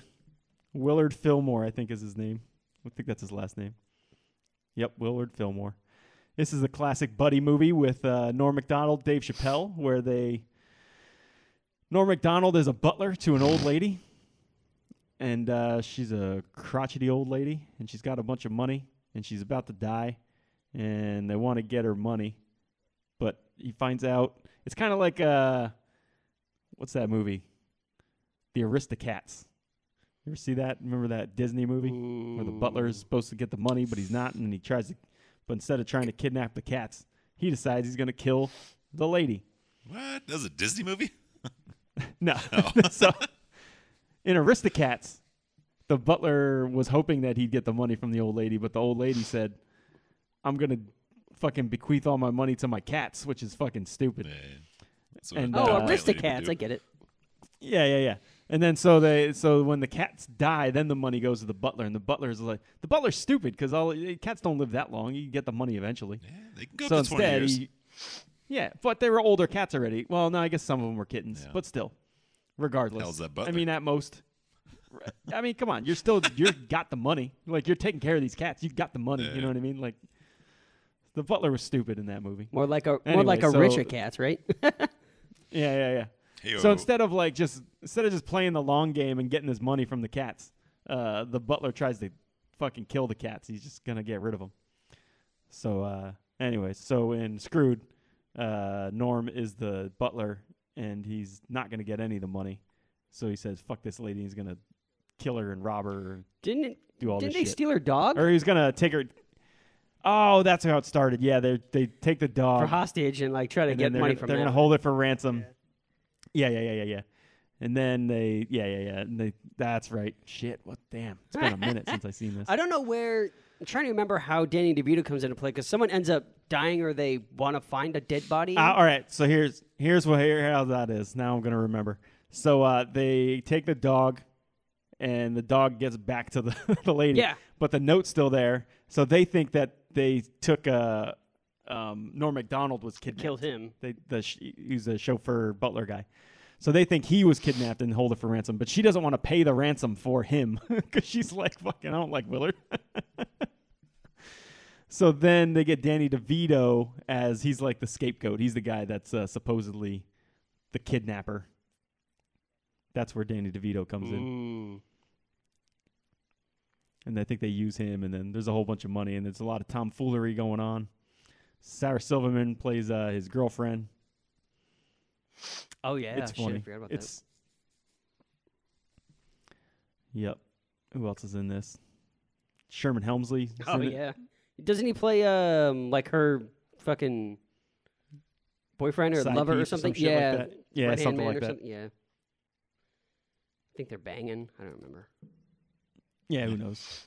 Speaker 3: Willard Fillmore, I think, is his name. I think that's his last name. Yep, Willard Fillmore. This is the classic buddy movie with uh, Norm Macdonald, Dave Chappelle, where they. Norm Macdonald is a butler to an old lady, and uh, she's a crotchety old lady, and she's got a bunch of money, and she's about to die, and they want to get her money, but he finds out it's kind of like uh, what's that movie? The Aristocats. You ever see that? Remember that Disney movie where the butler is supposed to get the money, but he's not, and he tries to, but instead of trying to kidnap the cats, he decides he's going to kill the lady.
Speaker 2: What? That was a Disney movie?
Speaker 3: No. so in Aristocats, the butler was hoping that he'd get the money from the old lady, but the old lady said, I'm going to fucking bequeath all my money to my cats, which is fucking stupid.
Speaker 2: Man. That's what a
Speaker 3: And,
Speaker 2: dumb
Speaker 3: uh,
Speaker 4: Oh,
Speaker 2: white lady would
Speaker 4: Aristocats.
Speaker 2: do.
Speaker 4: I get it.
Speaker 3: Yeah, yeah, yeah. And then so they so when the cats die, then the money goes to the butler, and the butler's like the butler's stupid because all eh, cats don't live that long. You get the money eventually.
Speaker 2: Yeah, they can go
Speaker 3: so
Speaker 2: up to 20
Speaker 3: instead,
Speaker 2: years.
Speaker 3: he, yeah, but they were older cats already. Well, no, I guess some of them were kittens,
Speaker 2: Yeah.
Speaker 3: but still, regardless.
Speaker 2: Hell's that
Speaker 3: I
Speaker 2: butler.
Speaker 3: mean, at most. I mean, come on, you're still you're got the money. Like you're taking care of these cats. You got the money. You
Speaker 2: Yeah.
Speaker 3: know what I mean? Like the butler was stupid in that movie.
Speaker 4: More like a more
Speaker 3: Anyway,
Speaker 4: like a
Speaker 3: so-
Speaker 4: richer cats, right?
Speaker 3: Yeah, yeah, yeah.
Speaker 2: Heyo.
Speaker 3: So instead of like just instead of just playing the long game and getting his money from the cats, uh, the butler tries to fucking kill the cats. He's just gonna get rid of them. So uh, anyway, so in Screwed, uh, Norm is the butler, and he's not gonna get any of the money. So he says, "Fuck this lady." He's gonna kill her and rob her, and
Speaker 4: didn't it,
Speaker 3: do all
Speaker 4: didn't
Speaker 3: this
Speaker 4: they
Speaker 3: shit.
Speaker 4: steal her dog
Speaker 3: or he's gonna take her. Oh, that's how it started. Yeah, they they take the dog
Speaker 4: for hostage and like try to
Speaker 3: and
Speaker 4: get
Speaker 3: then they're
Speaker 4: money
Speaker 3: gonna,
Speaker 4: from
Speaker 3: they're
Speaker 4: them?
Speaker 3: gonna hold it for ransom. Yeah. yeah, yeah, yeah, yeah, And then they, yeah, yeah, yeah. And they, that's right. Shit. What? Damn. It's been a minute since I seen this.
Speaker 4: I don't know where. I'm trying to remember how Danny DeVito comes into play because someone ends up dying or they want to find a dead body.
Speaker 3: Uh, all right. So here's here's what here how that is. Now I'm gonna remember. So uh, they take the dog, and the dog gets back to the, the lady.
Speaker 4: Yeah.
Speaker 3: But the note's still there. So they think that they took uh, um, Norm Macdonald was kidnapped.
Speaker 4: Killed him.
Speaker 3: They, the sh- he's a chauffeur butler guy. So they think he was kidnapped and hold it for ransom, but she doesn't want to pay the ransom for him because she's like, "Fucking, I don't like Willard." so then they get Danny DeVito as he's like the scapegoat. He's the guy that's uh, supposedly the kidnapper. That's where Danny DeVito comes in
Speaker 4: Mm.
Speaker 3: and I think they use him. And then there's a whole bunch of money, and there's a lot of tomfoolery going on. Sarah Silverman plays uh, his girlfriend.
Speaker 4: Oh yeah,
Speaker 3: it's
Speaker 4: shit, I
Speaker 3: funny.
Speaker 4: forgot about
Speaker 3: it's yep. Who else is in this? Sherman Helmsley. is
Speaker 4: that. Oh
Speaker 3: in it.
Speaker 4: yeah. Doesn't he play um like her fucking boyfriend or
Speaker 3: Side
Speaker 4: lover
Speaker 3: piece
Speaker 4: or
Speaker 3: or some
Speaker 4: something?
Speaker 3: shit like
Speaker 4: yeah,
Speaker 3: that. Yeah,
Speaker 4: right-hand
Speaker 3: something
Speaker 4: man
Speaker 3: like
Speaker 4: or
Speaker 3: that.
Speaker 4: something, Yeah. I think they're banging. I don't remember.
Speaker 3: Yeah, who knows?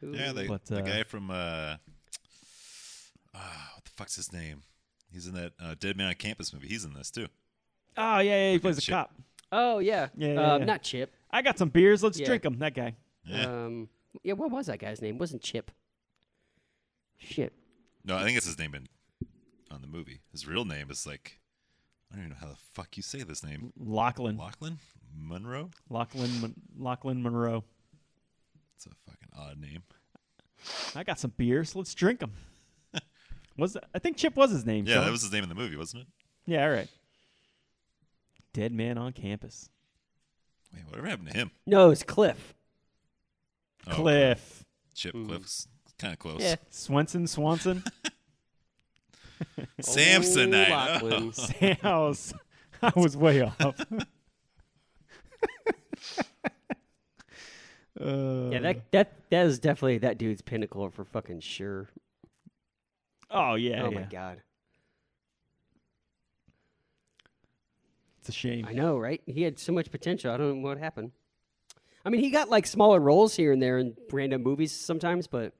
Speaker 2: yeah, they,
Speaker 3: But,
Speaker 2: the
Speaker 3: uh,
Speaker 2: guy from uh, ah, what the fuck's his name? He's in that uh, Dead Man on Campus movie. He's in this too.
Speaker 3: Oh yeah, yeah. He plays a
Speaker 2: shit.
Speaker 3: cop.
Speaker 4: Oh yeah.
Speaker 3: Yeah,
Speaker 4: um,
Speaker 3: yeah, yeah.
Speaker 4: Not Chip.
Speaker 3: I got some beers. Let's
Speaker 4: Yeah.
Speaker 3: 'em. drink them. That guy.
Speaker 2: Yeah.
Speaker 4: Um, yeah. What was that guy's name? Wasn't Chip? Shit.
Speaker 2: No, I think it's his name in on the movie. His real name is like I don't even know how the fuck you say this name.
Speaker 3: Lachlan.
Speaker 2: Lachlan Monroe.
Speaker 3: Lachlan. Mon- Lachlan Monroe.
Speaker 2: It's a fucking odd name.
Speaker 3: I got some beers. Let's drink them. was I think Chip was his name?
Speaker 2: Yeah,
Speaker 3: Sean.
Speaker 2: that was his name in the movie, wasn't it?
Speaker 3: Yeah, all right. Dead man on campus.
Speaker 2: Wait, whatever happened to him?
Speaker 4: No, it's Cliff.
Speaker 2: Oh,
Speaker 3: Cliff.
Speaker 2: Chip Cliff's kind of close.
Speaker 4: Yeah.
Speaker 3: Swenson Swanson.
Speaker 2: Samsonite.
Speaker 4: Oh,
Speaker 2: Oh.
Speaker 4: Lachlan.
Speaker 3: House. I was way off. Uh,
Speaker 4: Yeah, that that that is definitely that dude's pinnacle for fucking sure.
Speaker 3: oh yeah,
Speaker 4: oh
Speaker 3: yeah.
Speaker 4: my god.
Speaker 3: It's a shame.
Speaker 4: I know, right? He had so much potential. I don't know what happened. I mean, he got like smaller roles here and there in random movies sometimes, but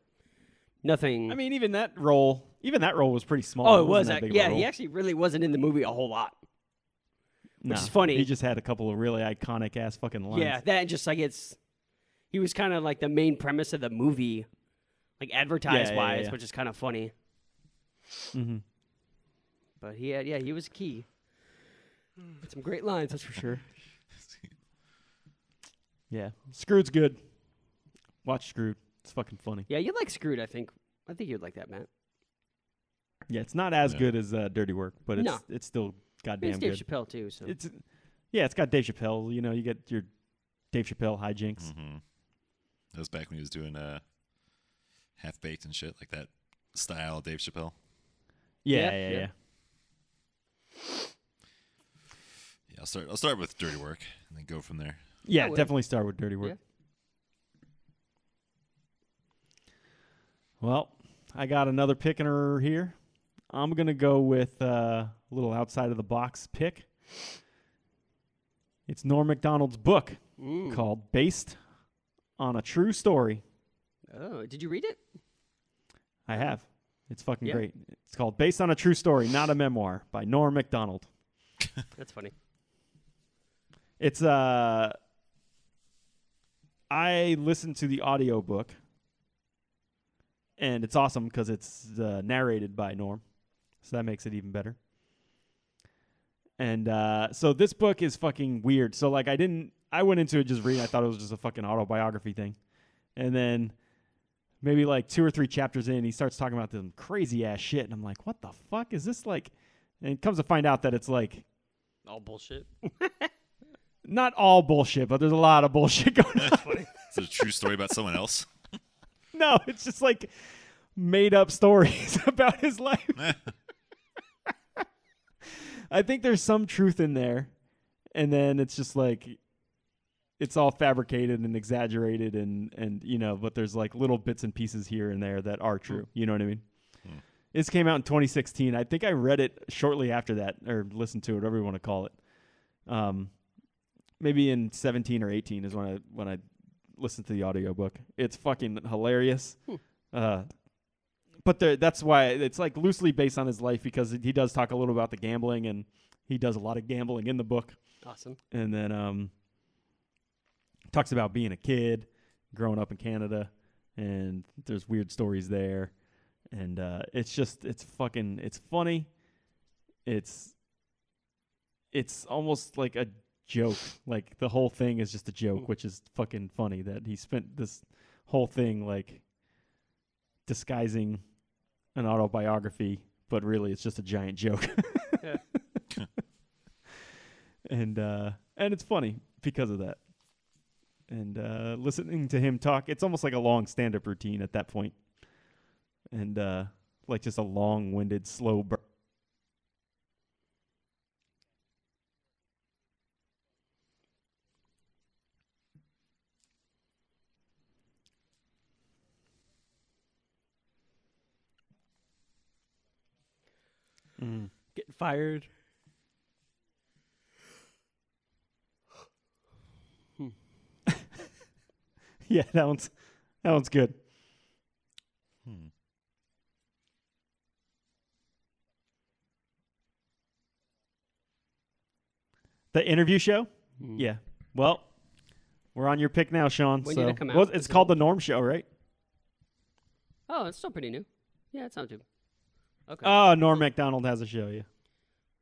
Speaker 4: nothing.
Speaker 3: I mean, even that role, even that role was pretty small.
Speaker 4: oh, it
Speaker 3: wasn't
Speaker 4: was.
Speaker 3: that
Speaker 4: ac-
Speaker 3: big of a
Speaker 4: yeah,
Speaker 3: role.
Speaker 4: he actually really wasn't in the movie a whole lot. which
Speaker 3: Nah,
Speaker 4: is funny.
Speaker 3: He just had a couple of really iconic ass fucking lines.
Speaker 4: Yeah, that just like it's. He was kind of like the main premise of the movie, like advertise wise,
Speaker 3: yeah.
Speaker 4: which is kind of funny.
Speaker 3: Mhm.
Speaker 4: But he had, yeah, he was key. Had some great lines, that's for sure.
Speaker 3: yeah. Screwed's good. Watch Screwed. It's fucking funny.
Speaker 4: Yeah, you like Screwed, I think. I think you'd like that, Matt.
Speaker 3: Yeah, it's not as
Speaker 2: Yeah.
Speaker 3: good as uh, Dirty Work, but it's
Speaker 4: No.
Speaker 3: it's still
Speaker 4: I mean,
Speaker 3: goddamn
Speaker 4: it's Dave
Speaker 3: good.
Speaker 4: Chappelle too, so
Speaker 3: It's yeah, it's got Dave Chappelle. You know, you get your Dave Chappelle hijinks.
Speaker 2: Mm-hmm. That was back when he was doing uh, half baked and shit like that style Dave Chappelle.
Speaker 3: Yeah,
Speaker 4: Yeah,
Speaker 3: yeah,
Speaker 4: yeah.
Speaker 3: yeah,
Speaker 2: Yeah, I'll start. I'll start with Dirty Work and then go from there.
Speaker 3: Yeah,
Speaker 4: I would.
Speaker 3: definitely start with Dirty Work.
Speaker 4: Yeah.
Speaker 3: Well, I got another pick in her here. I'm gonna go with uh, a little outside of the box pick. It's Norm Macdonald's book
Speaker 4: Mm.
Speaker 3: called "Based on a True Story."
Speaker 4: Oh, did you read it?
Speaker 3: I have. It's fucking
Speaker 4: Yeah.
Speaker 3: great. It's called "Based on a True Story, Not a Memoir" by Norm Macdonald.
Speaker 4: That's funny.
Speaker 3: It's uh I listened to the audiobook and it's awesome cuz it's uh, narrated by Norm. So that makes it even better. And uh so this book is fucking weird. So like I didn't I went into it just reading. I thought it was just a fucking autobiography thing. And then maybe like two or three chapters in, he starts talking about some crazy ass shit and I'm like, "What the fuck is this like?" And it comes to find out that it's like
Speaker 4: All bullshit.
Speaker 3: not all bullshit, but there's a lot of bullshit going on.
Speaker 2: It's a true story about someone else.
Speaker 3: No, it's just like made up stories about his life. I think there's some truth in there. And then it's just like it's all fabricated and exaggerated and and you know, but there's like little bits and pieces here and there that are true. You know what I mean? This came out in 2016. I think I read it shortly after that or listened to it, whatever you want to call it. Um maybe in 17 or 18 is when I when I listened to the audiobook. It's fucking hilarious. Uh but there, that's why it's like loosely based on his life because he does talk a little about the gambling and he does a lot of gambling in the book
Speaker 4: Awesome.
Speaker 3: and then um talks about being a kid growing up in canada and there's weird stories there and uh it's just it's fucking it's funny it's it's almost like a joke like the whole thing is just a joke which is fucking funny that he spent this whole thing like disguising an autobiography but really it's just a giant joke
Speaker 4: Yeah.
Speaker 3: and uh and it's funny because of that and uh listening to him talk it's almost like a long stand-up routine at that point and uh like just a long-winded slow burn
Speaker 4: Getting fired.
Speaker 3: yeah that one's that one's good the interview show yeah well we're on your pick now sean
Speaker 4: When
Speaker 3: so
Speaker 4: did it come out?
Speaker 3: Well, it's
Speaker 4: Is it
Speaker 3: called the norm show right
Speaker 4: Oh, it's still pretty new. Yeah, it's not too. Okay.
Speaker 3: oh norm mcdonald has a show yeah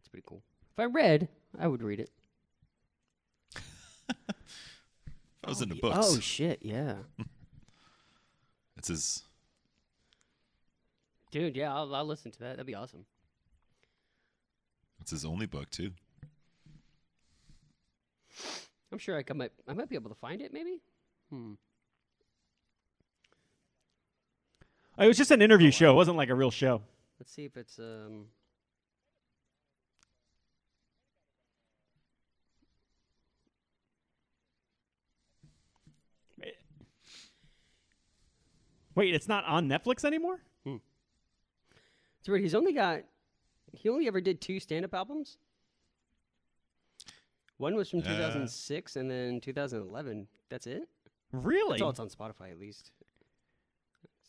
Speaker 4: It's pretty cool. If I read, I would read it.
Speaker 2: I was into
Speaker 4: Y-
Speaker 2: books.
Speaker 4: Oh shit, yeah.
Speaker 2: it's his.
Speaker 4: Dude, yeah, I'll, I'll listen to that. That'd be awesome.
Speaker 2: It's his only book too.
Speaker 4: I'm sure I, could, might I might be able to find it maybe. Hmm.
Speaker 3: Oh, it was just an interview show it wasn't like a real show
Speaker 4: Let's see if it's um
Speaker 3: wait it's not on netflix anymore
Speaker 4: it's weird. He's only got he only ever did two stand up albums. One was from
Speaker 2: Yeah.
Speaker 4: 2006 and then 2011. That's it?
Speaker 3: Really?
Speaker 4: That's all it's on Spotify, at least.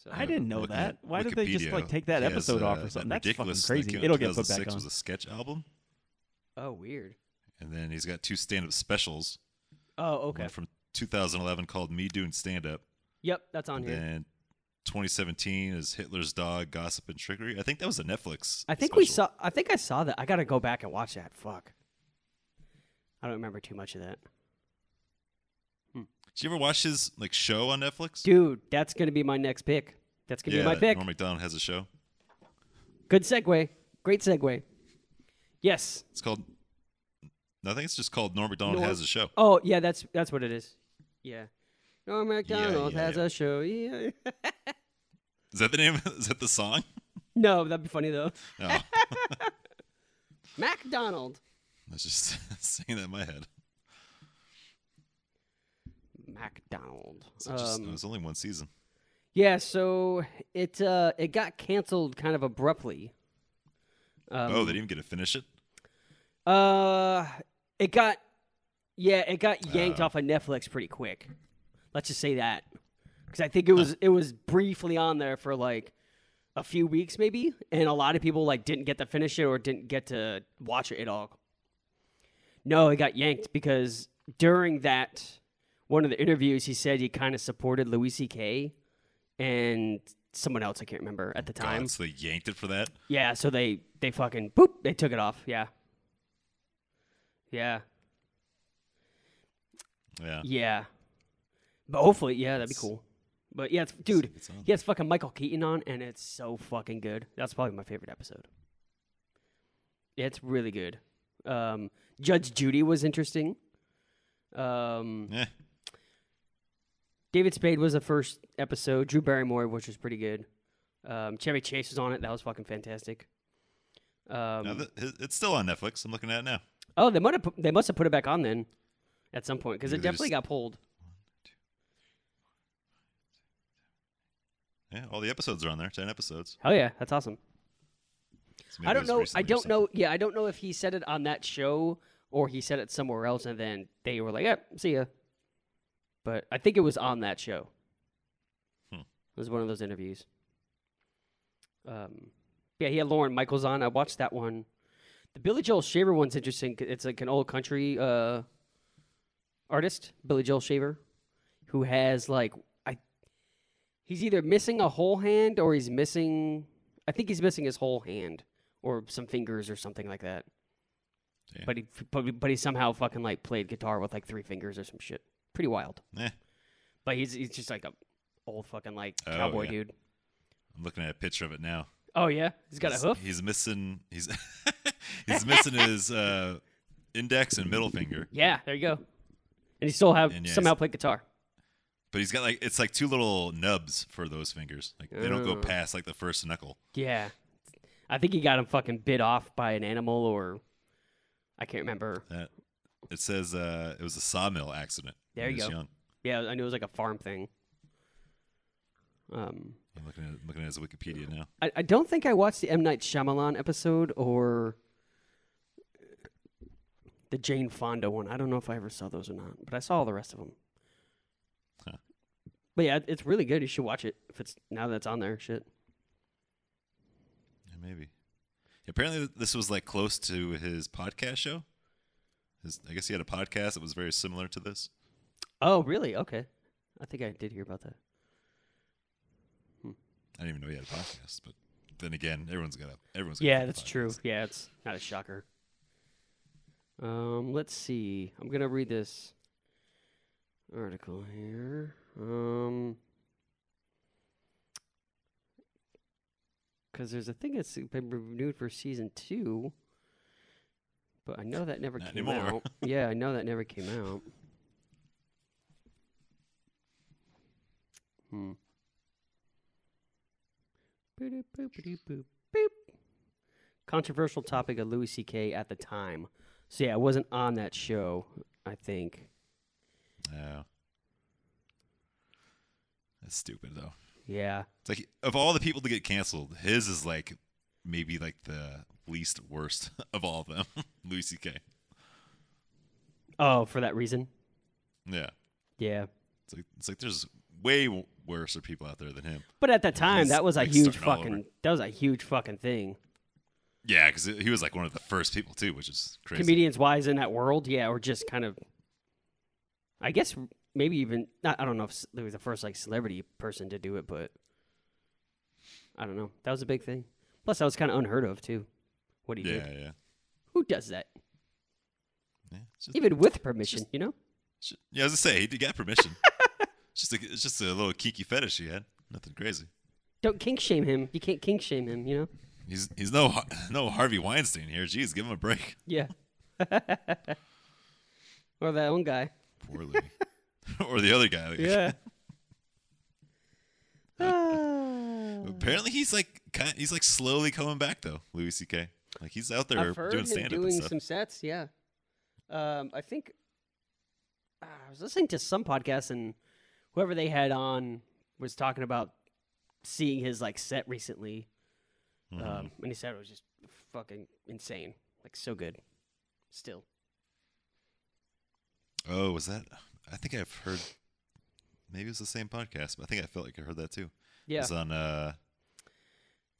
Speaker 4: So,
Speaker 3: I didn't know
Speaker 2: Wiki-
Speaker 3: that. Why did they just
Speaker 2: Wikipedia
Speaker 3: like take that
Speaker 2: has,
Speaker 3: episode off
Speaker 2: uh,
Speaker 3: or
Speaker 2: that
Speaker 3: something? That's fucking
Speaker 2: Ridiculous uh, that
Speaker 3: crazy.
Speaker 2: came out
Speaker 3: It'll
Speaker 2: in
Speaker 3: get put
Speaker 2: 2006
Speaker 3: back on.
Speaker 2: was a sketch album,
Speaker 4: Oh, weird.
Speaker 2: and then he's got two stand-up specials.
Speaker 4: Oh, okay.
Speaker 2: One from 2011 called "Me Doing Stand-Up,"
Speaker 4: Yep, that's on
Speaker 2: and
Speaker 4: here.
Speaker 2: then 2017 is "Hitler's Dog: Gossip and Trickery." I think that was a Netflix.
Speaker 4: I think we
Speaker 2: special.
Speaker 4: saw. I think I saw that. I gotta go back and watch that. Fuck. I don't remember too much of that,
Speaker 2: Did you ever watch his like show on Netflix?
Speaker 4: dude. That's gonna be my next pick. That's gonna
Speaker 2: yeah,
Speaker 4: be my pick.
Speaker 2: Norm Macdonald has a show.
Speaker 4: Good segue. Great segue. Yes.
Speaker 2: It's called. I think it's just called Norm Macdonald
Speaker 4: Norm-
Speaker 2: has a show.
Speaker 4: Oh yeah, that's that's what it is. Yeah. Norm Macdonald
Speaker 2: yeah,
Speaker 4: has
Speaker 2: yeah.
Speaker 4: a show. Yeah.
Speaker 2: Is that the name? Is that the song?
Speaker 4: no, that'd be funny though.
Speaker 2: No,
Speaker 4: Macdonald.
Speaker 2: that's just saying that in my head.
Speaker 4: Macdonald.
Speaker 2: It's just,
Speaker 4: Um,
Speaker 2: it was only one season.
Speaker 4: Yeah, so it uh, it got canceled kind of abruptly. Um,
Speaker 2: oh, they didn't even get to finish it.
Speaker 4: Uh, it got yeah, it got yanked off of Netflix pretty quick. Let's just say that because I think it was it was briefly on there for like a few weeks maybe, and a lot of people like didn't get to finish it or didn't get to watch it at all. No, it got yanked because during that one of the interviews, he said he kind of supported Louis C.K. and someone else I can't remember at the time.
Speaker 2: God, so they yanked it for that.
Speaker 4: Yeah, so they they fucking boop, they took it off. Yeah. Yeah.
Speaker 2: Yeah.
Speaker 4: Yeah. But hopefully, yeah, that'd be cool. But yeah, it's, dude,
Speaker 2: it's on
Speaker 4: he has fucking Michael Keaton on, and it's so fucking good. That's probably my favorite episode. It's really good. Um, Judge Judy was interesting. Um,
Speaker 2: Yeah.
Speaker 4: David Spade was the first episode. Drew Barrymore, which was pretty good. Um, Chevy Chase was on it. That was fucking fantastic. Um,
Speaker 2: No, th- it- it's still on Netflix. I'm looking at it now.
Speaker 4: Oh, they might have. Put, they must have put it back on then, at some point, because it
Speaker 2: Maybe they
Speaker 4: definitely
Speaker 2: just-
Speaker 4: got pulled.
Speaker 2: Yeah, all the episodes are on there. Ten episodes.
Speaker 4: Oh yeah, that's awesome.
Speaker 2: So maybe
Speaker 4: I
Speaker 2: it
Speaker 4: don't
Speaker 2: was
Speaker 4: know. I
Speaker 2: recently or
Speaker 4: don't
Speaker 2: something.
Speaker 4: know. Yeah, I don't know if he said it on that show or he said it somewhere else, and then they were like, "Yep, see ya." But I think it was on that show.
Speaker 2: Hmm.
Speaker 4: It was one of those interviews. Um, yeah, he had Lauren Michaels on. I watched that one. The Billy Joel Shaver one's interesting. 'cause It's like an old country uh, artist, Billy Joel Shaver, who has like I. He's either missing a whole hand or he's missing. I think he's missing his whole hand or some fingers or something like that.
Speaker 2: Damn.
Speaker 4: But he but, but he somehow fucking like played guitar with like three fingers or some shit. Pretty wild.
Speaker 2: Eh,
Speaker 4: But he's he's just like a old fucking like
Speaker 2: Oh,
Speaker 4: cowboy
Speaker 2: yeah.
Speaker 4: dude.
Speaker 2: I'm looking at a picture of it now.
Speaker 4: Oh yeah, he's got
Speaker 2: he's,
Speaker 4: a hoof.
Speaker 2: He's missing. He's he's missing his uh, index and middle finger,
Speaker 4: Yeah, there you go. And he still have
Speaker 2: And yeah,
Speaker 4: somehow
Speaker 2: he's-
Speaker 4: played guitar.
Speaker 2: but he's got like it's like two little nubs for those fingers. Like they don't go
Speaker 4: Oh.
Speaker 2: past like the first knuckle.
Speaker 4: Yeah, I think he got him fucking bit off by an animal or I can't remember.
Speaker 2: That it says uh, it was a sawmill accident. when
Speaker 4: There
Speaker 2: he
Speaker 4: you
Speaker 2: was
Speaker 4: go.
Speaker 2: Young.
Speaker 4: Yeah, I knew it was like a farm thing. Um,
Speaker 2: I'm looking at looking at his Wikipedia now.
Speaker 4: I, I don't think I watched the M Night Shyamalan episode or the Jane Fonda one. I don't know if I ever saw those or not, but I saw all the rest of them.
Speaker 2: Huh.
Speaker 4: But yeah, it's really good. You should watch it if it's now that it's on there. Shit.
Speaker 2: Yeah, maybe. Apparently, th- this was like close to his podcast show. His, I guess he had a podcast that was very similar to this.
Speaker 4: Oh, really? Okay. I think I did hear about that.
Speaker 2: I didn't even know he had a podcast, but then again, everyone's got a everyone's got a
Speaker 4: Yeah,
Speaker 2: fucking
Speaker 4: that's
Speaker 2: podcast.
Speaker 4: true. Yeah, it's not a shocker. Um, let's see. I'm gonna read this article here. Um, because there's a thing that's been renewed for season two, but I know that never
Speaker 2: Not
Speaker 4: came
Speaker 2: anymore.
Speaker 4: out. yeah, I know that never came out. Hmm. Boop, boop, boop, boop, boop. Controversial topic of Louis C.K. at the time. So yeah, I wasn't on that show. I think.
Speaker 2: Yeah. That's stupid though.
Speaker 4: Yeah.
Speaker 2: It's like of all the people to get canceled, his is like maybe like the least worst of all of them. Louis C.K.
Speaker 4: Oh, for that reason.
Speaker 2: Yeah.
Speaker 4: Yeah.
Speaker 2: It's like it's like there's way w- worse people out there than him.
Speaker 4: But at the time,
Speaker 2: He's,
Speaker 4: that was a
Speaker 2: like, starting
Speaker 4: huge
Speaker 2: all over.
Speaker 4: fucking that was a huge fucking thing.
Speaker 2: Yeah, because he was like one of the first people too, which is crazy.
Speaker 4: Comedians wise in that world, yeah, or just kind of I guess maybe even I I don't know if s- they were the first like celebrity person to do it, but I don't know. That was a big thing. Plus that was kind of unheard of too. What do you
Speaker 2: Yeah,
Speaker 4: do?
Speaker 2: yeah.
Speaker 4: Who does that?
Speaker 2: Yeah, it's just-
Speaker 4: Even with permission, you know?
Speaker 2: Sh- Yeah, I was gonna say he did get permission. it's just a, it's just a little kinky fetish he had. Nothing crazy.
Speaker 4: Don't kink shame him. You can't kink shame him, you know?
Speaker 2: He's he's no Har- no Harvey Weinstein here. Jeez, give him a break.
Speaker 4: Yeah. or that one guy.
Speaker 2: Poor Louis. or the other guy.
Speaker 3: Ah.
Speaker 2: Apparently he's like kind, he's like slowly coming back though. Louis C.K. Like he's out there
Speaker 4: I've heard
Speaker 2: doing
Speaker 4: him
Speaker 2: stand up and
Speaker 4: doing
Speaker 2: stuff.
Speaker 4: some sets. Yeah, um, I think ah, I was listening to some podcast and whoever they had on was talking about seeing his like set recently,
Speaker 2: Mm-hmm.
Speaker 4: um, and he said it was just fucking insane, like so good. Still,
Speaker 2: Oh, was that? I think I've heard. Maybe it was the same podcast, but I think I felt like I heard that too.
Speaker 4: yeah,
Speaker 2: It's on uh,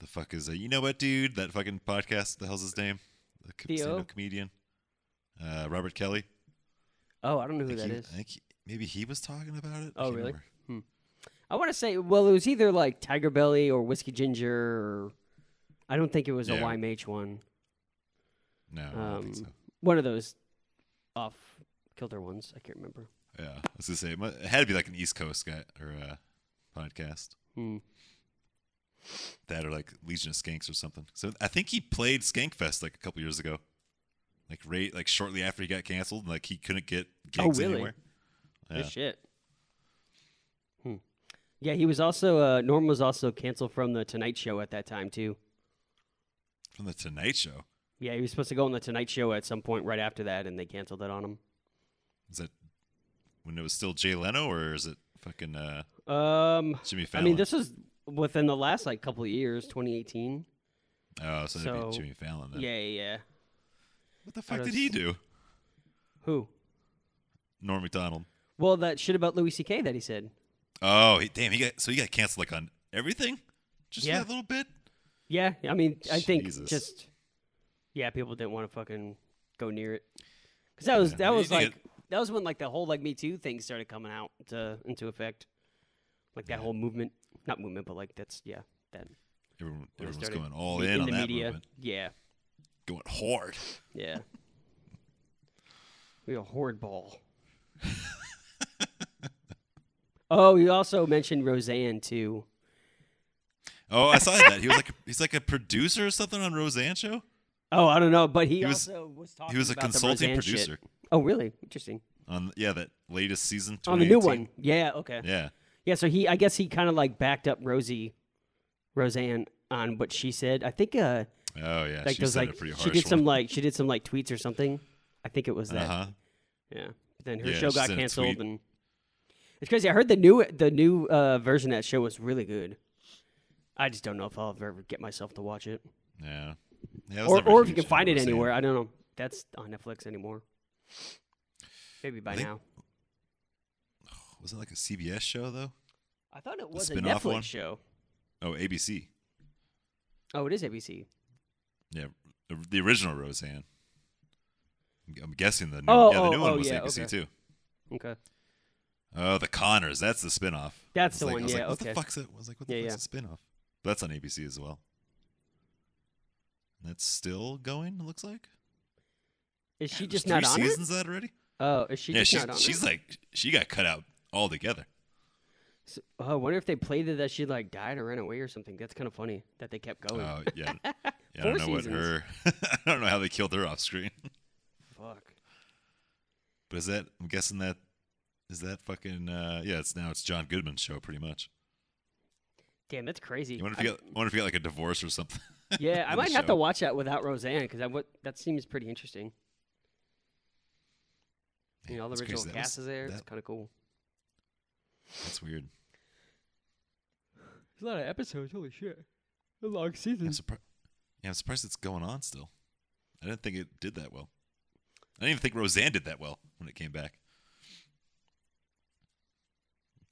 Speaker 2: the fuck is that? You know what, dude? That fucking podcast. The hell's his name? The co-
Speaker 4: Theo?
Speaker 2: stand-up comedian, uh, Robert Kelly.
Speaker 4: oh, I don't know
Speaker 2: I
Speaker 4: who
Speaker 2: think
Speaker 4: that
Speaker 2: he-
Speaker 4: is.
Speaker 2: I think he- maybe he was talking about it. I
Speaker 4: Oh,
Speaker 2: can't
Speaker 4: really?
Speaker 2: remember.
Speaker 4: I want to say, well, it was either like Tiger Belly or Whiskey Ginger. or I don't think it was a
Speaker 2: Yeah.
Speaker 4: YMH one.
Speaker 2: No, I don't
Speaker 4: Um,
Speaker 2: think so.
Speaker 4: One of those off kilter ones. I can't remember.
Speaker 2: Yeah, I was gonna say it, mu- it had to be like an East Coast guy or uh, podcast.
Speaker 4: Hmm.
Speaker 2: That or like Legion of Skanks or something. So I think he played Skankfest like a couple years ago, like right like shortly after he got canceled, and like he couldn't get
Speaker 4: Oh,
Speaker 2: gigs
Speaker 4: really?
Speaker 2: anywhere.
Speaker 4: No
Speaker 2: Yeah.
Speaker 4: shit. Hmm. Yeah, he was also uh, Norm was also canceled from the Tonight Show at that time too.
Speaker 2: From the Tonight Show,
Speaker 4: Yeah, he was supposed to go on the Tonight Show at some point right after that, and they canceled it on him.
Speaker 2: is that when it was still Jay Leno or is it fucking uh,
Speaker 4: Um,
Speaker 2: Jimmy
Speaker 4: I
Speaker 2: Fallon?
Speaker 4: mean, this was within the last like couple of years, 2018.
Speaker 2: oh, so, it'd be
Speaker 4: so-
Speaker 2: Jimmy Fallon. Then.
Speaker 4: Yeah, yeah, yeah.
Speaker 2: What the fuck
Speaker 4: of
Speaker 2: did he do?
Speaker 4: Who?
Speaker 2: Norm Macdonald.
Speaker 4: Well, that shit about Louis C.K. that he said.
Speaker 2: Oh, he, damn! He got so he got canceled like on everything, just
Speaker 4: Yeah.
Speaker 2: that little bit.
Speaker 4: Yeah, I mean, I think
Speaker 2: Jesus.
Speaker 4: just yeah, people didn't want to fucking go near it because that was
Speaker 2: Yeah,
Speaker 4: that
Speaker 2: you
Speaker 4: was
Speaker 2: think
Speaker 4: like
Speaker 2: it-
Speaker 4: that was when like the whole like Me Too thing started coming out to, into effect, like that whole movement, not movement, but like that's yeah, that when
Speaker 2: Everyone,
Speaker 4: it
Speaker 2: everyone's
Speaker 4: started
Speaker 2: going all
Speaker 4: i-
Speaker 2: in, on
Speaker 4: the
Speaker 2: that
Speaker 4: media.
Speaker 2: movement.
Speaker 4: Yeah,
Speaker 2: going hard.
Speaker 4: yeah, we a horde ball. oh, you also mentioned Roseanne too.
Speaker 2: Oh, I saw that. He was like a, he's like a producer or something on Roseanne show.
Speaker 4: Oh, I don't know, but he,
Speaker 2: He was-
Speaker 4: also was talking.
Speaker 2: He was a
Speaker 4: about the
Speaker 2: consulting
Speaker 4: Roseanne shit.
Speaker 2: producer
Speaker 4: Oh, really? Interesting.
Speaker 2: on yeah that latest season.
Speaker 4: On the new
Speaker 2: 2018.
Speaker 4: one. Yeah, okay.
Speaker 2: Yeah,
Speaker 4: Yeah, so he I guess he kind of like backed up Rosie Roseanne on what she said. I think uh
Speaker 2: oh yeah,
Speaker 4: like
Speaker 2: she
Speaker 4: those
Speaker 2: said
Speaker 4: like
Speaker 2: a pretty harsh
Speaker 4: she did some
Speaker 2: one.
Speaker 4: like she did some like tweets or something. I think it was that.
Speaker 2: Uh huh.
Speaker 4: Yeah. But then her
Speaker 2: Yeah,
Speaker 4: show
Speaker 2: she
Speaker 4: got
Speaker 2: sent a
Speaker 4: canceled
Speaker 2: tweet.
Speaker 4: and It's crazy. I heard the new the new uh version of that show was really good. I just don't know if I'll ever get myself to watch it.
Speaker 2: Yeah. yeah I was
Speaker 4: Or
Speaker 2: never a
Speaker 4: or if you
Speaker 2: huge fan
Speaker 4: can find
Speaker 2: of
Speaker 4: it
Speaker 2: Roseanne.
Speaker 4: anywhere. I don't know. That's on Netflix anymore. Maybe by
Speaker 2: I think-
Speaker 4: now.
Speaker 2: Was it like a CBS show though?
Speaker 4: I thought it was a
Speaker 2: spin-off
Speaker 4: Netflix
Speaker 2: one?
Speaker 4: show.
Speaker 2: Oh, ABC.
Speaker 4: Oh, it is ABC.
Speaker 2: Yeah, the original Roseanne. I'm guessing the new
Speaker 4: Oh,
Speaker 2: yeah the
Speaker 4: oh,
Speaker 2: new one
Speaker 4: oh,
Speaker 2: was
Speaker 4: yeah,
Speaker 2: ABC
Speaker 4: okay.
Speaker 2: too.
Speaker 4: Okay.
Speaker 2: Oh, the Connors. That's the spinoff. I was
Speaker 4: That's the
Speaker 2: like,
Speaker 4: one,
Speaker 2: I was
Speaker 4: yeah,
Speaker 2: Like, what
Speaker 4: okay.
Speaker 2: the fuck's it? I was like, what the
Speaker 4: Yeah,
Speaker 2: fuck's a spinoff? But that's on ABC as well. That's still going. It looks like.
Speaker 4: Is she
Speaker 2: There's
Speaker 4: just not
Speaker 2: three
Speaker 4: on it?
Speaker 2: seasons of that already.
Speaker 4: Oh, is she
Speaker 2: yeah,
Speaker 4: just
Speaker 2: she's
Speaker 4: not on
Speaker 2: she's
Speaker 4: it?
Speaker 2: like she got cut out altogether.
Speaker 4: So- oh, I wonder if they played it that she like died or ran away or something. That's kind of funny that they kept
Speaker 2: Oh
Speaker 4: going.
Speaker 2: yeah. yeah I don't
Speaker 4: Four
Speaker 2: know what
Speaker 4: seasons.
Speaker 2: her. I don't know how they killed her off screen.
Speaker 4: Fuck.
Speaker 2: But is that? I'm guessing that. Is that fucking? Uh, yeah, it's now it's John Goodman's show pretty much.
Speaker 4: Damn, that's crazy.
Speaker 2: You wonder if
Speaker 4: I-
Speaker 2: you got, I wonder if you got like a divorce or something.
Speaker 4: yeah, I
Speaker 2: the
Speaker 4: might have to
Speaker 2: show.
Speaker 4: watch that without Roseanne because that seems pretty interesting. You know, all the
Speaker 2: It's crazy.
Speaker 4: original
Speaker 2: That was-
Speaker 4: cast is there. It's
Speaker 2: that-
Speaker 4: kind of cool.
Speaker 2: That's weird.
Speaker 4: There's a lot of episodes. Holy shit. A long season.
Speaker 2: I'm surprised. Yeah, I'm surprised it's going on still. I didn't think it did that well. I didn't even think Roseanne did that well when it came back.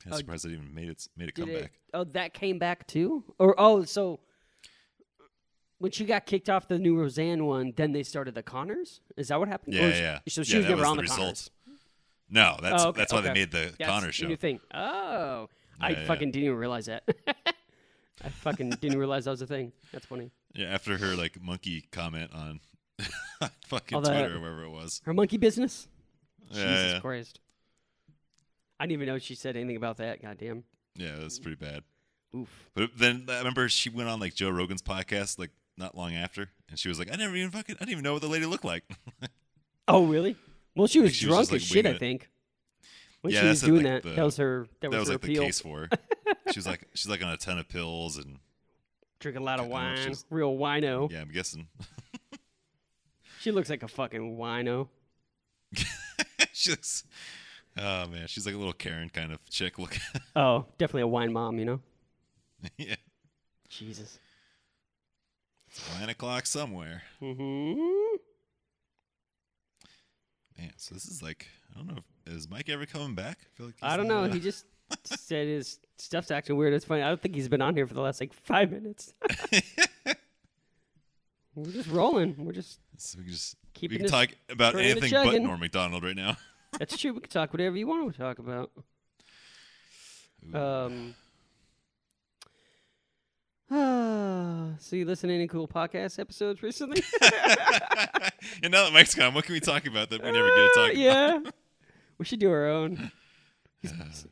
Speaker 2: I'm
Speaker 4: Uh,
Speaker 2: surprised it even made its made a
Speaker 4: Did
Speaker 2: comeback.
Speaker 4: it- oh, that came back too? Or oh, so when she got kicked off the new Roseanne one, then they started the Connors. Is that what happened?
Speaker 2: Yeah,
Speaker 4: Or-
Speaker 2: yeah.
Speaker 4: So
Speaker 2: Yeah,
Speaker 4: she was
Speaker 2: that
Speaker 4: never
Speaker 2: was
Speaker 4: on
Speaker 2: the
Speaker 4: the,
Speaker 2: result.
Speaker 4: Connors.
Speaker 2: No, that's
Speaker 4: Oh, okay,
Speaker 2: that's why they
Speaker 4: okay.
Speaker 2: made the
Speaker 4: That's
Speaker 2: Connor
Speaker 4: the
Speaker 2: show.
Speaker 4: New thing. Oh, I
Speaker 2: Yeah, yeah.
Speaker 4: fucking didn't even realize that. I fucking didn't realize that was a thing. That's funny.
Speaker 2: Yeah, after her like monkey comment on fucking
Speaker 4: All that-
Speaker 2: Twitter or wherever it was.
Speaker 4: Her monkey business. Jesus
Speaker 2: Yeah, yeah.
Speaker 4: Christ. I didn't even know she said anything about that. Goddamn.
Speaker 2: yeah, that's pretty bad.
Speaker 4: Oof.
Speaker 2: But then I remember she went on like Joe Rogan's podcast like not long after, and she was like, "I never even fucking I didn't even know what the lady looked like."
Speaker 4: Oh, really? Well, she was
Speaker 2: she was
Speaker 4: drunk
Speaker 2: just, like,
Speaker 4: as shit. I
Speaker 2: winging it.
Speaker 4: think. When
Speaker 2: Yeah,
Speaker 4: she was
Speaker 2: that's,
Speaker 4: doing
Speaker 2: like,
Speaker 4: that,
Speaker 2: the-
Speaker 4: that was her. That,
Speaker 2: that was
Speaker 4: her
Speaker 2: like
Speaker 4: appeal.
Speaker 2: the case for her. She was like, she's like on a ton of pills, and
Speaker 4: Drink a lot
Speaker 2: I
Speaker 4: of
Speaker 2: don't know if
Speaker 4: wine.
Speaker 2: she's-
Speaker 4: Real wino.
Speaker 2: yeah, I'm guessing
Speaker 4: She looks like a fucking wino.
Speaker 2: she looks. Oh man, she's like a little Karen kind of chick look.
Speaker 4: Oh, definitely a wine mom, you know?
Speaker 2: yeah,
Speaker 4: Jesus.
Speaker 2: it's nine o'clock somewhere.
Speaker 4: hmm
Speaker 2: Man, so this is like I don't know. If, is Mike ever coming back? I, feel like
Speaker 4: I
Speaker 2: he's
Speaker 4: don't
Speaker 2: not,
Speaker 4: know.
Speaker 2: uh,
Speaker 4: He just said his stuff's acting weird. It's funny. I don't think he's been on here for the last like five minutes. We're just rolling. We're just.
Speaker 2: so we can just
Speaker 4: keeping
Speaker 2: we can
Speaker 4: this
Speaker 2: talk about
Speaker 4: turning and
Speaker 2: anything but
Speaker 4: chugging.
Speaker 2: Norm Macdonald right now.
Speaker 4: That's true. We can talk whatever you want to talk about. Um. Um, so you listen to any cool podcast episodes recently?
Speaker 2: and now that Mike's gone, what can we talk about that we never get to talk about?
Speaker 4: Uh, yeah. We should do our own.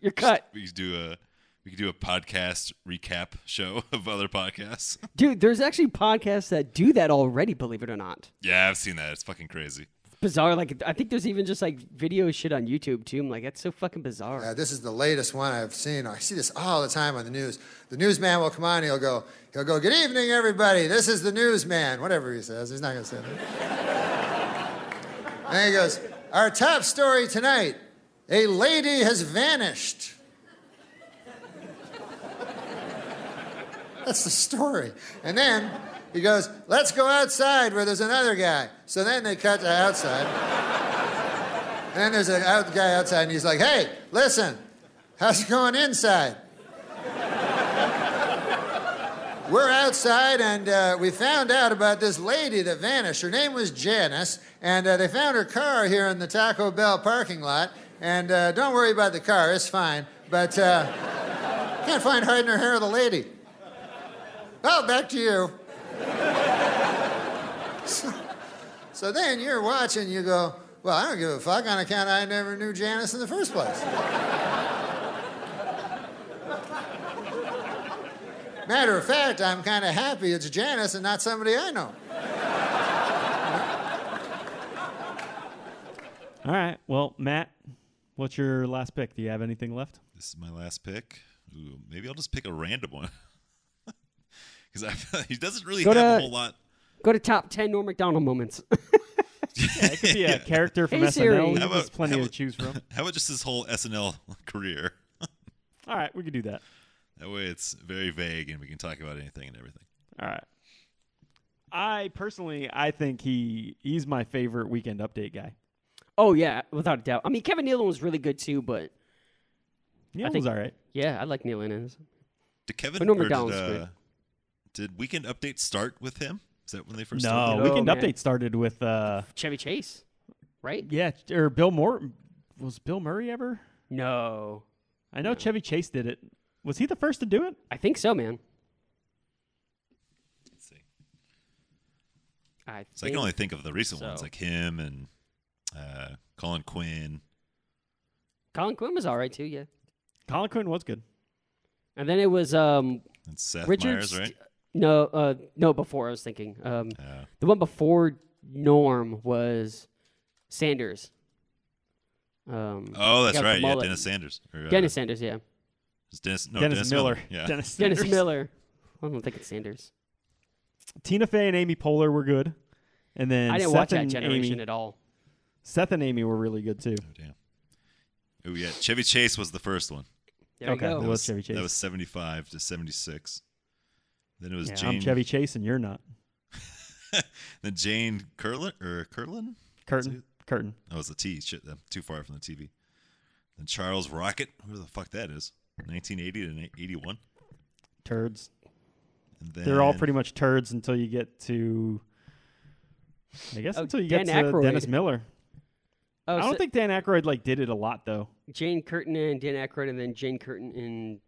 Speaker 4: You're cut.
Speaker 2: We could do a we could do a podcast recap show of other podcasts.
Speaker 4: Dude, there's actually podcasts that do that already, believe it or not.
Speaker 2: yeah, I've seen that. It's fucking crazy.
Speaker 4: It's bizarre. Like, I think there's even just like video shit on YouTube too. I'm like, that's so fucking bizarre.
Speaker 1: Uh, this is the latest one I've seen. I see this all the time on the news. The newsman will come on. He'll go. He'll go. Good evening, everybody. This is the newsman. Whatever he says, he's not going to say that. and he goes. Our top story tonight: a lady has vanished. That's the story. And then he goes, "Let's go outside where there's another guy." So then they cut to outside. And then there's a out- guy outside, and he's like, "Hey, listen, how's it going inside?" We're outside, and uh, we found out about this lady that vanished. Her name was Janice, and uh, they found her car here in the Taco Bell parking lot. And uh, don't worry about the car; it's fine. But uh, can't find hiding her hair of the lady. Well, back to you. So then you're watching, you go, Well, I don't give a fuck on account I never knew Janice in the first place. Matter of fact, I'm kind of happy it's Janice and not somebody I know.
Speaker 3: All right. Well, Matt, what's your last pick? Do you have anything left?
Speaker 2: This is my last pick. Ooh, maybe I'll just pick a random one. Because he doesn't really
Speaker 4: Go
Speaker 2: have a
Speaker 4: to-
Speaker 2: whole lot.
Speaker 4: Go to top 10 Norm MacDonald moments.
Speaker 3: It could be a character from
Speaker 4: Hey,
Speaker 3: SNL.
Speaker 4: Siri. How
Speaker 3: There's
Speaker 2: about- how
Speaker 3: plenty to
Speaker 2: about-
Speaker 3: choose from.
Speaker 2: How about just his whole SNL career?
Speaker 3: All right, we could do that.
Speaker 2: That way it's very vague and we can talk about anything and everything.
Speaker 3: All right. I personally, I think he he's my favorite Weekend Update guy.
Speaker 4: oh, yeah, without a doubt. I mean, Kevin Nealon was really good too, but
Speaker 3: Yeah,
Speaker 4: think-
Speaker 3: was all right.
Speaker 4: yeah, I like Nealon. in this.
Speaker 2: Did Kevin
Speaker 4: But Norm
Speaker 2: or did,
Speaker 4: Macdonald's
Speaker 2: uh,
Speaker 4: great.
Speaker 2: did Weekend Update start with him? Is that when they first
Speaker 3: No,
Speaker 2: started?
Speaker 4: No,
Speaker 3: Weekend
Speaker 4: Oh, man.
Speaker 3: Update started with uh,
Speaker 4: Chevy Chase, right?
Speaker 3: yeah, or Bill Moore. Was Bill Murray ever?
Speaker 4: No.
Speaker 3: I know Chevy Chase did it. Was he the first to do it?
Speaker 4: I think so, man.
Speaker 2: Let's see.
Speaker 4: I think.
Speaker 2: So I can only think of the recent ones
Speaker 4: So-
Speaker 2: like him and uh, Colin Quinn.
Speaker 4: Colin Quinn was all right too, yeah.
Speaker 3: Colin Quinn was good.
Speaker 4: And then it was um,
Speaker 2: And Seth
Speaker 4: Richard.
Speaker 2: Meyers,
Speaker 4: St-
Speaker 2: right?
Speaker 4: no, uh, no, before I was thinking. Um,
Speaker 2: Uh,
Speaker 4: The one before Norm was Sanders. Um,
Speaker 2: oh, that's
Speaker 4: got the
Speaker 2: right. Yeah,
Speaker 4: mullet.
Speaker 2: Dennis Sanders. Or, uh,
Speaker 4: Dennis Sanders, yeah.
Speaker 2: it's Dennis, no,
Speaker 3: Dennis, Miller.
Speaker 2: Yeah.
Speaker 3: Dennis,
Speaker 4: Dennis
Speaker 3: Sanders.
Speaker 4: Miller. I don't think it's Sanders.
Speaker 3: Tina Fey and Amy Poehler were good. And then
Speaker 4: I didn't
Speaker 3: Seth
Speaker 4: watch that
Speaker 3: and
Speaker 4: generation
Speaker 3: Amy,
Speaker 4: at all.
Speaker 3: Seth and Amy were really good too.
Speaker 2: Oh, damn. Oh, yeah. Chevy Chase was the first one.
Speaker 4: There
Speaker 3: Okay.
Speaker 4: we
Speaker 3: That
Speaker 2: That
Speaker 4: go.
Speaker 3: Oh, was Chevy Chase.
Speaker 2: That was 75 to 76. Then it was
Speaker 3: Yeah,
Speaker 2: Jane.
Speaker 3: I'm Chevy Chase and you're not.
Speaker 2: Then Jane Curlin or Curlin?
Speaker 3: Curtin. curtain.
Speaker 2: Oh, it's the T. Shit, I'm too far from the TV. Then Charles Rocket, who the fuck that is? 1980 to ni- 81.
Speaker 3: Turds.
Speaker 2: And then
Speaker 3: They're all pretty much turds until you get to. I guess
Speaker 4: Oh,
Speaker 3: until you
Speaker 4: Dan
Speaker 3: get to
Speaker 4: Aykroyd.
Speaker 3: Dennis Miller.
Speaker 4: Oh,
Speaker 3: I
Speaker 4: so
Speaker 3: don't think Dan Aykroyd like did it a lot though.
Speaker 4: Jane Curtin and Dan Aykroyd, and then Jane Curtin and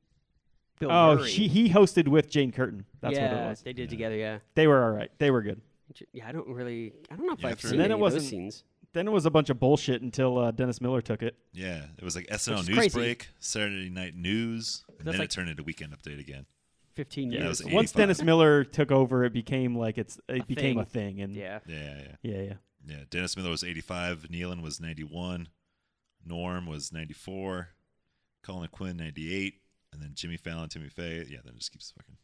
Speaker 4: Bill
Speaker 3: oh,
Speaker 4: Murray.
Speaker 3: she he hosted with Jane Curtin. That's
Speaker 4: yeah,
Speaker 3: what it was.
Speaker 4: they did together. Yeah,
Speaker 3: They were all right. They were good.
Speaker 4: J- yeah. I don't really. I don't know if
Speaker 2: Yeah,
Speaker 4: I've
Speaker 2: true.
Speaker 4: seen
Speaker 2: And
Speaker 3: then
Speaker 4: any
Speaker 3: it
Speaker 4: of those
Speaker 3: wasn't-
Speaker 4: scenes.
Speaker 3: Then it was a bunch of bullshit until uh, Dennis Miller took it.
Speaker 2: Yeah, it was like SNL
Speaker 4: is
Speaker 2: News
Speaker 4: crazy.
Speaker 2: Break, Saturday Night News, and
Speaker 4: That's
Speaker 2: then
Speaker 4: like-
Speaker 2: it turned into Weekend Update again.
Speaker 4: Fifteen
Speaker 2: Yeah, that
Speaker 4: years.
Speaker 2: was
Speaker 3: Once
Speaker 2: 85.
Speaker 3: Dennis Miller took over, it became like it's it
Speaker 4: A
Speaker 3: became a
Speaker 4: thing.
Speaker 3: thing. And
Speaker 4: yeah.
Speaker 2: Yeah, yeah,
Speaker 3: yeah, yeah.
Speaker 2: yeah. Dennis Miller was 85. Nealon was 91. Norm was 94. Colin Quinn 98. And then Jimmy Fallon, Timmy Faye. Yeah, then it just keeps fucking.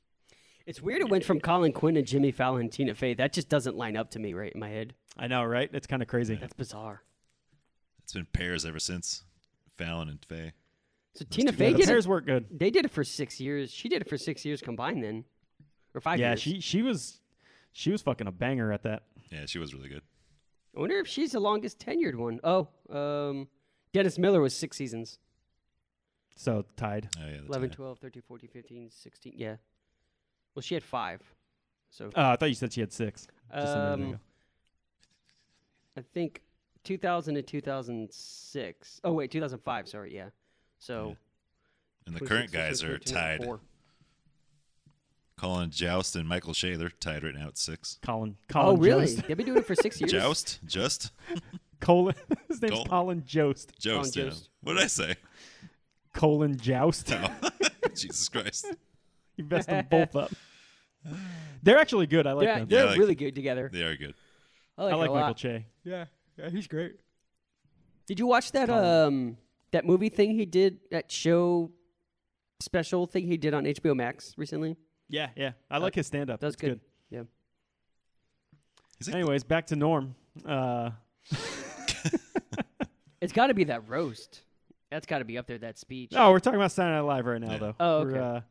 Speaker 4: It's weird. It went from Colin Quinn and Jimmy Fallon and Tina Fey. That just doesn't line up to me right in my head.
Speaker 3: I know, right? It's kind of crazy.
Speaker 4: That's bizarre.
Speaker 2: It's been pairs ever since. Fallon and Faye.
Speaker 4: So Tina
Speaker 2: two
Speaker 4: Fey
Speaker 3: the
Speaker 4: did
Speaker 3: pairs
Speaker 4: it.
Speaker 3: work good.
Speaker 4: They did it for six years. She did it for six years combined, then, or five
Speaker 3: Yeah,
Speaker 4: years.
Speaker 3: she she was she was fucking a banger at that.
Speaker 2: Yeah, she was really good.
Speaker 4: I wonder if she's the longest tenured one. Oh, um, Dennis Miller was six seasons
Speaker 3: So tied.
Speaker 2: Oh, yeah. that's
Speaker 4: 11,
Speaker 2: right.
Speaker 4: 12, 13, 14, 15, 16. Yeah. Well, she had five. So
Speaker 3: Oh, I thought you said she had six. Just a minute
Speaker 4: Um,
Speaker 3: ago.
Speaker 4: I think 2000 to 2006. Oh, wait, 2005. Sorry. Yeah. So
Speaker 2: And the
Speaker 4: 26,
Speaker 2: current guys
Speaker 4: 26,
Speaker 2: are
Speaker 4: 22,
Speaker 2: tied.
Speaker 4: 24.
Speaker 2: Colin Joust and Michael Shea, they're tied right now at six.
Speaker 3: Colin. Colin.
Speaker 4: Oh, really?
Speaker 3: Jost.
Speaker 4: They've been doing it for six years.
Speaker 2: Joust? Just?
Speaker 3: Colin. His name's
Speaker 2: Colin.
Speaker 3: Colin Jost.
Speaker 2: Joust, yeah.
Speaker 4: Joust.
Speaker 2: What did I say?
Speaker 3: Colin Joust.
Speaker 2: Oh, Jesus Christ.
Speaker 3: You messed them both up. They're actually good. I like
Speaker 4: They're,
Speaker 3: them.
Speaker 4: they're
Speaker 2: Yeah, like-
Speaker 4: really good together.
Speaker 2: They are good.
Speaker 4: I like,
Speaker 3: I like
Speaker 4: it a
Speaker 3: Michael
Speaker 4: lot.
Speaker 3: Che.
Speaker 4: Yeah, yeah, he's great. Did you watch that um that movie thing he did that show special thing he did on HBO Max recently?
Speaker 3: Yeah, yeah. I like his stand up.
Speaker 4: That's
Speaker 3: That's good.
Speaker 4: good. Yeah.
Speaker 2: He's like,
Speaker 3: Anyways, back to Norm. Uh,
Speaker 4: It's got to be that roast. That's got to be up there. That speech.
Speaker 3: no, oh, we're talking about Saturday Night Live right now,
Speaker 2: Yeah.
Speaker 3: though.
Speaker 4: Oh,
Speaker 3: We're,
Speaker 4: okay.
Speaker 3: uh,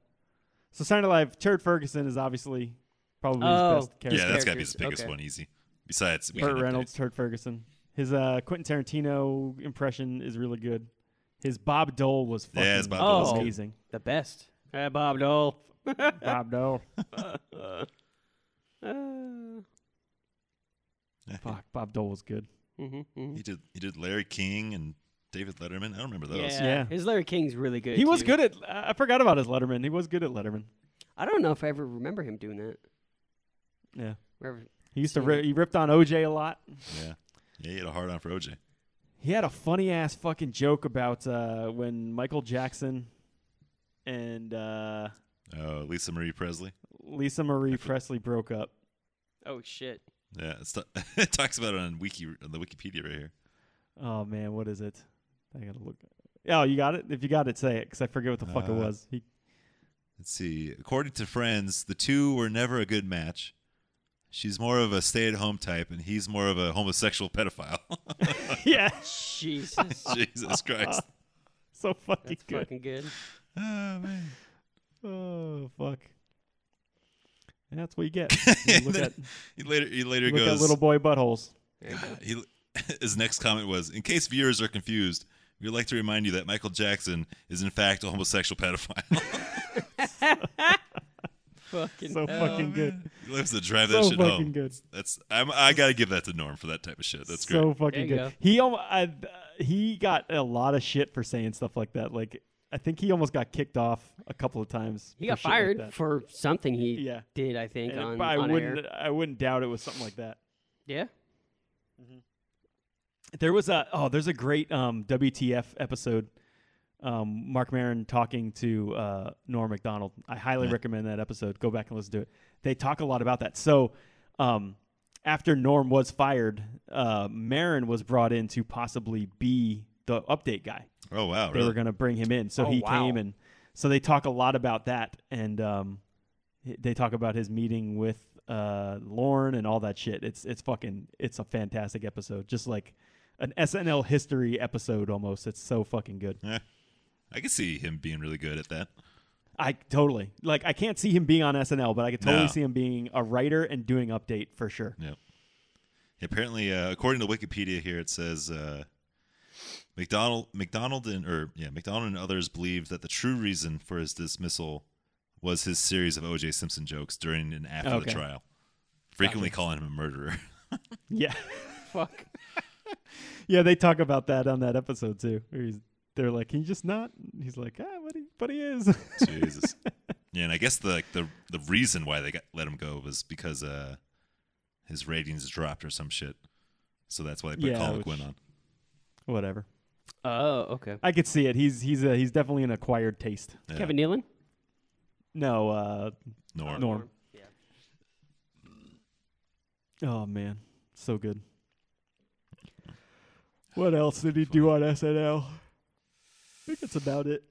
Speaker 3: so Saturday Night Live, Turd Ferguson is obviously probably
Speaker 4: Oh.
Speaker 3: his best character.
Speaker 2: yeah, that's got to be his
Speaker 4: characters.
Speaker 2: biggest
Speaker 4: Okay.
Speaker 2: one, easy. Besides,
Speaker 3: Burt
Speaker 2: Weekend Update.
Speaker 3: Reynolds, Turd Ferguson. His uh, Quentin Tarantino impression is really good. His Bob Dole was fucking
Speaker 2: Yeah, his Bob Dole
Speaker 4: was good.
Speaker 3: amazing.
Speaker 4: The best. Hey, Bob Dole.
Speaker 3: Bob Dole.
Speaker 4: Uh, mhm,
Speaker 3: Fuck, Bob Dole was good.
Speaker 4: mhm.
Speaker 2: He did, he did Larry King and David Letterman. I don't remember those.
Speaker 4: Yeah.
Speaker 3: Yeah.
Speaker 4: his Larry King's really good.
Speaker 3: He was
Speaker 4: too.
Speaker 3: good at. I forgot about his Letterman. He was good at Letterman.
Speaker 4: I don't know if I ever remember him doing that.
Speaker 3: Yeah.
Speaker 4: Remember-
Speaker 3: He used to
Speaker 4: See.
Speaker 3: ri- he ripped on OJ a lot.
Speaker 2: Yeah. Yeah, he had a hard on for OJ.
Speaker 3: He had a funny ass fucking joke about uh, when Michael Jackson and uh,
Speaker 2: Oh, Lisa Marie Presley.
Speaker 3: Lisa Marie Presley broke up.
Speaker 4: Oh shit.
Speaker 2: Yeah, it's it talks about it on wiki on the Wikipedia right here.
Speaker 3: Oh man, what is it? I gotta look. Oh, you got it. If you got it, say it because I forget what the fuck it
Speaker 2: Uh,
Speaker 3: was. He,
Speaker 2: Let's see. According to friends, the two were never a good match. She's more of a stay-at-home type, and he's more of a homosexual pedophile.
Speaker 3: yeah,
Speaker 4: Jesus.
Speaker 2: Jesus Christ!
Speaker 3: so fucking
Speaker 4: That's
Speaker 3: good.
Speaker 4: fucking good.
Speaker 2: Oh man!
Speaker 3: Oh fuck. And that's what you get. You look at,
Speaker 2: He later he later
Speaker 3: look at
Speaker 2: goes.
Speaker 3: little boy buttholes.
Speaker 2: he, his next comment was, "In case viewers are confused, we'd like to remind you that Michael Jackson is in fact a homosexual pedophile."
Speaker 4: Fucking
Speaker 3: So fucking good.
Speaker 2: he loves to drive that
Speaker 3: So
Speaker 2: shit
Speaker 3: fucking
Speaker 2: home.
Speaker 3: good.
Speaker 2: That's I'm, I gotta give that to Norm for that type of shit. That's great.
Speaker 3: so
Speaker 4: There
Speaker 3: fucking
Speaker 4: you
Speaker 3: good.
Speaker 4: go.
Speaker 3: He al- I, uh, he got a lot of shit for saying stuff like that. Like I think he almost got kicked off a couple of times.
Speaker 4: He
Speaker 3: for
Speaker 4: got
Speaker 3: shit like
Speaker 4: fired
Speaker 3: that.
Speaker 4: for something he
Speaker 3: Yeah.
Speaker 4: did, I think,
Speaker 3: And it-
Speaker 4: on,
Speaker 3: but I
Speaker 4: on
Speaker 3: wouldn't
Speaker 4: air.
Speaker 3: I wouldn't doubt it was something like that.
Speaker 4: Yeah.
Speaker 3: There was a oh, there's a great um, WTF episode. Um, Mark Maron talking to uh, Norm Macdonald. I highly recommend that episode. Go back and listen to it. They talk a lot about that. So um, after Norm was fired, uh, Maron was brought in to possibly be the update guy.
Speaker 2: Oh wow!
Speaker 3: they
Speaker 2: Really?
Speaker 3: were going to bring him in. So
Speaker 4: Oh,
Speaker 3: he
Speaker 4: wow.
Speaker 3: came and so they talk a lot about that and um h- they talk about his meeting with uh Lauren and all that shit. It's it's fucking it's a fantastic episode. Just like an SNL history episode almost. It's so fucking good.
Speaker 2: Eh, I can see him being really good at that.
Speaker 3: I totally. Like I can't see him being on SNL, but I could totally
Speaker 2: No.
Speaker 3: see him being a writer and doing update for sure.
Speaker 2: Yep. Apparently, uh, according to Wikipedia, here it says uh, McDonald, McDonald, and or yeah, McDonald and others believed that the true reason for his dismissal was his series of O.J. Simpson jokes during and after
Speaker 3: Okay.
Speaker 2: the trial, frequently calling him a murderer.
Speaker 3: Yeah.
Speaker 4: Fuck.
Speaker 3: Yeah, they talk about that on that episode too. Where he's, they're like, "Can you just not?" And He's like, "Ah, but he, but he is."
Speaker 2: Jesus. Yeah, and I guess the like, the the reason why they got let him go was because uh his ratings dropped or some shit. So that's why they put
Speaker 3: Yeah,
Speaker 2: Colin
Speaker 3: which-
Speaker 2: Quinn on.
Speaker 3: Whatever.
Speaker 4: Oh, okay.
Speaker 3: I could see it. He's he's a, he's definitely an acquired taste.
Speaker 2: Yeah,
Speaker 4: Kevin Nealon.
Speaker 3: No, uh,
Speaker 2: Norm.
Speaker 3: Norm. Oh man, so good. What else did he do on SNL? I think that's about it.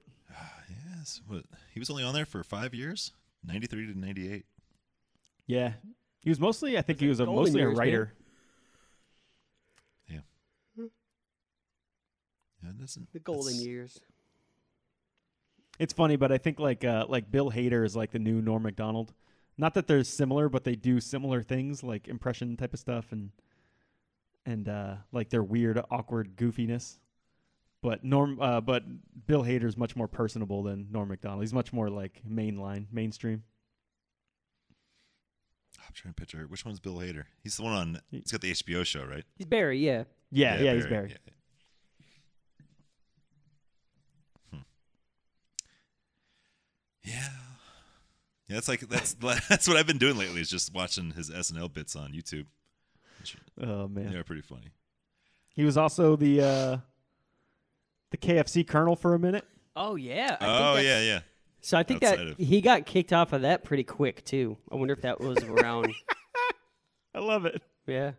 Speaker 2: Yes, what, he was only on there for five years, ninety three to ninety eight.
Speaker 3: Yeah, he was mostly. I think he was a,
Speaker 4: golden
Speaker 3: mostly
Speaker 4: years,
Speaker 3: a
Speaker 4: man.
Speaker 3: writer.
Speaker 2: Yeah, it doesn't.
Speaker 4: The golden
Speaker 2: that's-
Speaker 4: years.
Speaker 3: It's funny, but I think like uh, like Bill Hader is like the new Norm Macdonald. Not that they're similar, but they do similar things, like impression type of stuff, and and uh, like their weird, awkward goofiness. But Norm, uh, but Bill Hader's much more personable than Norm Macdonald. He's much more like mainline, mainstream.
Speaker 2: I'm trying to picture which one's Bill Hader. He's the one on. He's got the HBO show, right?
Speaker 4: He's Barry. Yeah.
Speaker 3: Yeah, yeah, he's Barry.
Speaker 2: yeah. Hmm. Yeah. Yeah, that's like that's that's what I've been doing lately is just watching his SNL bits on YouTube. which-
Speaker 3: Oh man,
Speaker 2: They are pretty funny.
Speaker 3: he was also the uh, the KFC Colonel for a minute.
Speaker 4: Oh yeah. I
Speaker 2: oh
Speaker 4: think that's-
Speaker 2: yeah, yeah.
Speaker 4: So I think
Speaker 2: Outside
Speaker 4: that
Speaker 2: of-
Speaker 4: he got kicked off of that pretty quick too. I wonder if that was around.
Speaker 3: I love it.
Speaker 4: yeah.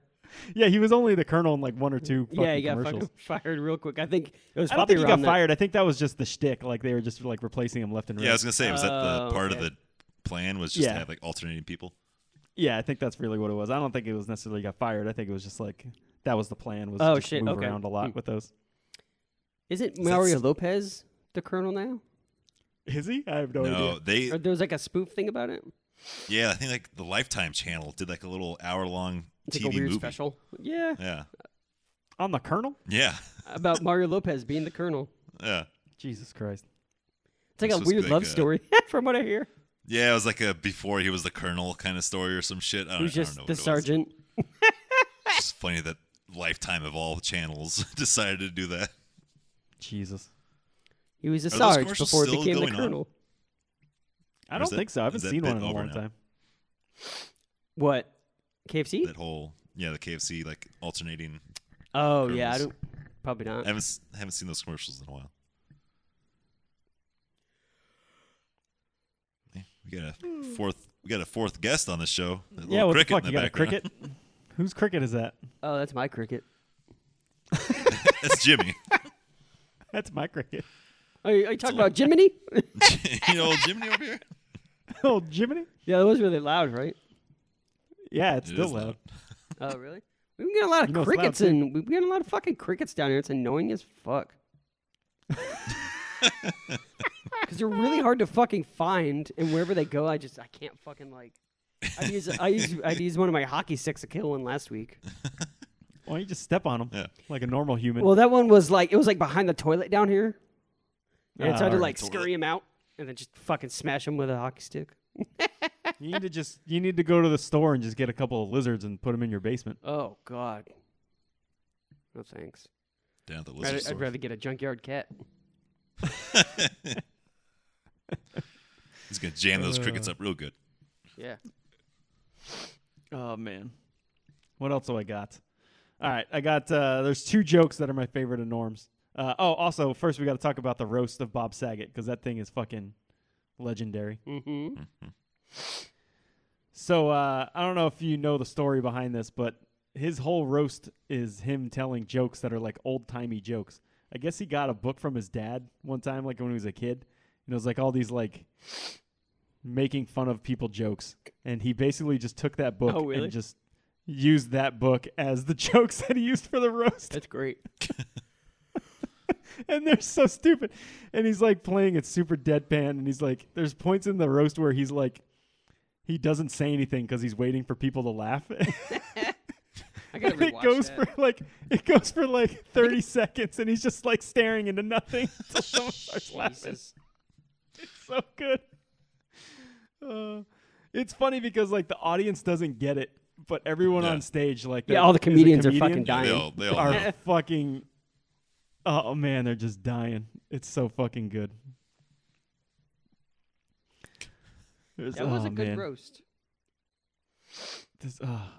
Speaker 3: Yeah, he was only the Colonel in like one or two. Fucking
Speaker 4: Yeah, he got
Speaker 3: commercials.
Speaker 4: fucking fired real quick. I think it was
Speaker 3: I don't
Speaker 4: probably
Speaker 3: think he got
Speaker 4: around that-
Speaker 3: fired. I think that was just the shtick. Like they were just like replacing him left and right.
Speaker 2: Yeah, I was gonna say, was that the
Speaker 4: Oh,
Speaker 2: part of
Speaker 4: okay.
Speaker 2: the plan was just
Speaker 3: Yeah.
Speaker 2: to have like alternating people?
Speaker 3: Yeah, I think that's really what it was. I don't think it was necessarily got fired. I think it was just like that was the plan was
Speaker 4: Oh,
Speaker 3: just
Speaker 4: shit,
Speaker 3: move
Speaker 4: okay.
Speaker 3: around a lot
Speaker 4: Hmm.
Speaker 3: with those.
Speaker 4: Isn't
Speaker 2: that
Speaker 4: Mario
Speaker 2: s-
Speaker 4: Lopez the colonel now?
Speaker 3: Is he? I have no,
Speaker 2: no,
Speaker 3: idea.
Speaker 2: they
Speaker 4: Or there was like a spoof thing about it.
Speaker 2: yeah, I think like the Lifetime channel did like a little hour long
Speaker 4: It's
Speaker 2: TV
Speaker 4: like a weird
Speaker 2: movie.
Speaker 4: special. Yeah,
Speaker 2: Yeah,
Speaker 3: On the Colonel?
Speaker 2: yeah,
Speaker 4: about Mario Lopez being the colonel.
Speaker 2: yeah.
Speaker 3: Jesus Christ.
Speaker 4: It's like
Speaker 2: It's
Speaker 4: a
Speaker 2: supposed to
Speaker 4: weird
Speaker 2: be
Speaker 4: love
Speaker 2: like a-
Speaker 4: story, from what I hear.
Speaker 2: Yeah, it was like a before he was the colonel kind of story or some shit. I don't,
Speaker 4: Who's
Speaker 2: I don't know what
Speaker 4: just the
Speaker 2: it was.
Speaker 4: sergeant?
Speaker 2: It's just funny that Lifetime of all channels decided to do that.
Speaker 3: Jesus.
Speaker 4: He was a
Speaker 2: those
Speaker 4: sarge
Speaker 2: commercials
Speaker 4: before he
Speaker 2: still
Speaker 4: became the
Speaker 2: going on?
Speaker 4: colonel.
Speaker 3: I
Speaker 2: Or
Speaker 3: don't
Speaker 2: is that-
Speaker 3: think so. I haven't
Speaker 2: is that
Speaker 3: seen
Speaker 2: bit
Speaker 3: one in a
Speaker 2: over
Speaker 3: long
Speaker 2: now?
Speaker 3: time.
Speaker 4: What? KFC?
Speaker 2: That whole yeah, the KFC like alternating.
Speaker 4: oh yeah, I
Speaker 2: Colonels.
Speaker 4: don't. Probably not.
Speaker 2: I haven't s- haven't seen those commercials in a while. Yeah, We got a fourth. We got a fourth guest on the show. That
Speaker 3: Yeah,
Speaker 2: little
Speaker 3: what the
Speaker 2: cricket
Speaker 3: fuck?
Speaker 2: in
Speaker 3: you got a
Speaker 2: background.
Speaker 3: cricket? Whose cricket is that?
Speaker 4: Oh, that's my cricket.
Speaker 2: That's Jimmy.
Speaker 3: That's my cricket.
Speaker 4: Are you, are you talking about Jiminy?
Speaker 2: you know old Jimmy over here.
Speaker 3: oh, Jiminy?
Speaker 4: yeah, that was really loud, right?
Speaker 3: Yeah, it's
Speaker 2: It
Speaker 3: still
Speaker 2: is
Speaker 3: loud.
Speaker 4: Oh really? We get a lot of
Speaker 3: You know it's loud,
Speaker 4: crickets
Speaker 3: too.
Speaker 4: and we get a lot of fucking crickets down here. It's annoying as fuck. Because they're really hard to fucking find, and wherever they go, I just I can't fucking like. I use I use I use one of my hockey sticks to kill one last week.
Speaker 3: Why don't you just step on him
Speaker 2: Yeah.
Speaker 3: like a normal human?
Speaker 4: Well, that one was like it was like behind the toilet down here, and
Speaker 3: Ah,
Speaker 4: so I had to
Speaker 3: alright.
Speaker 4: like
Speaker 2: Toilet.
Speaker 4: scurry him out and then just fucking smash him with a hockey stick.
Speaker 3: You need to just you need to go to the store and just get a couple of lizards and put them in your basement.
Speaker 4: Oh god. No thanks.
Speaker 2: Down at the
Speaker 4: I'd,
Speaker 2: lizard
Speaker 4: I'd
Speaker 2: store.
Speaker 4: rather get a junkyard cat.
Speaker 2: He's gonna jam those crickets
Speaker 3: Uh,
Speaker 2: up real good.
Speaker 4: Yeah.
Speaker 3: Oh man. What else do I got? All right, I got uh there's two jokes that are my favorite of Norm's. Uh, oh, also first we got to talk about the roast of Bob Saget cuz that thing is fucking legendary.
Speaker 4: Mm-hmm.
Speaker 3: So uh I don't know if you know the story behind this, but his whole roast is him telling jokes that are like old-timey jokes. I guess he got a book from his dad one time like when he was a kid, and it was like all these like making fun of people jokes and he basically just took that book
Speaker 4: Oh, really?
Speaker 3: and just used that book as the jokes that he used for the roast
Speaker 4: That's great.
Speaker 3: and they're so stupid and he's like playing it super deadpan and he's like there's points in the roast where he's like he doesn't say anything because he's waiting for people to laugh
Speaker 4: I gotta
Speaker 3: And it
Speaker 4: rewatch
Speaker 3: goes
Speaker 4: that.
Speaker 3: for like it goes for like 30 seconds and he's just like staring into nothing until someone starts laughing.
Speaker 4: Jesus.
Speaker 3: So good. Uh, it's funny because like the audience doesn't get it, but everyone
Speaker 2: Yeah.
Speaker 3: on stage like
Speaker 4: Yeah,
Speaker 3: that
Speaker 4: all the
Speaker 3: is a
Speaker 4: comedians are
Speaker 3: comedian
Speaker 4: fucking
Speaker 2: Yeah, they
Speaker 4: dying.
Speaker 2: all, they all know.
Speaker 3: Are fucking Oh man, they're just dying. It's so fucking good. There's-
Speaker 4: That was
Speaker 3: oh,
Speaker 4: a good
Speaker 3: man
Speaker 4: roast.
Speaker 3: this uh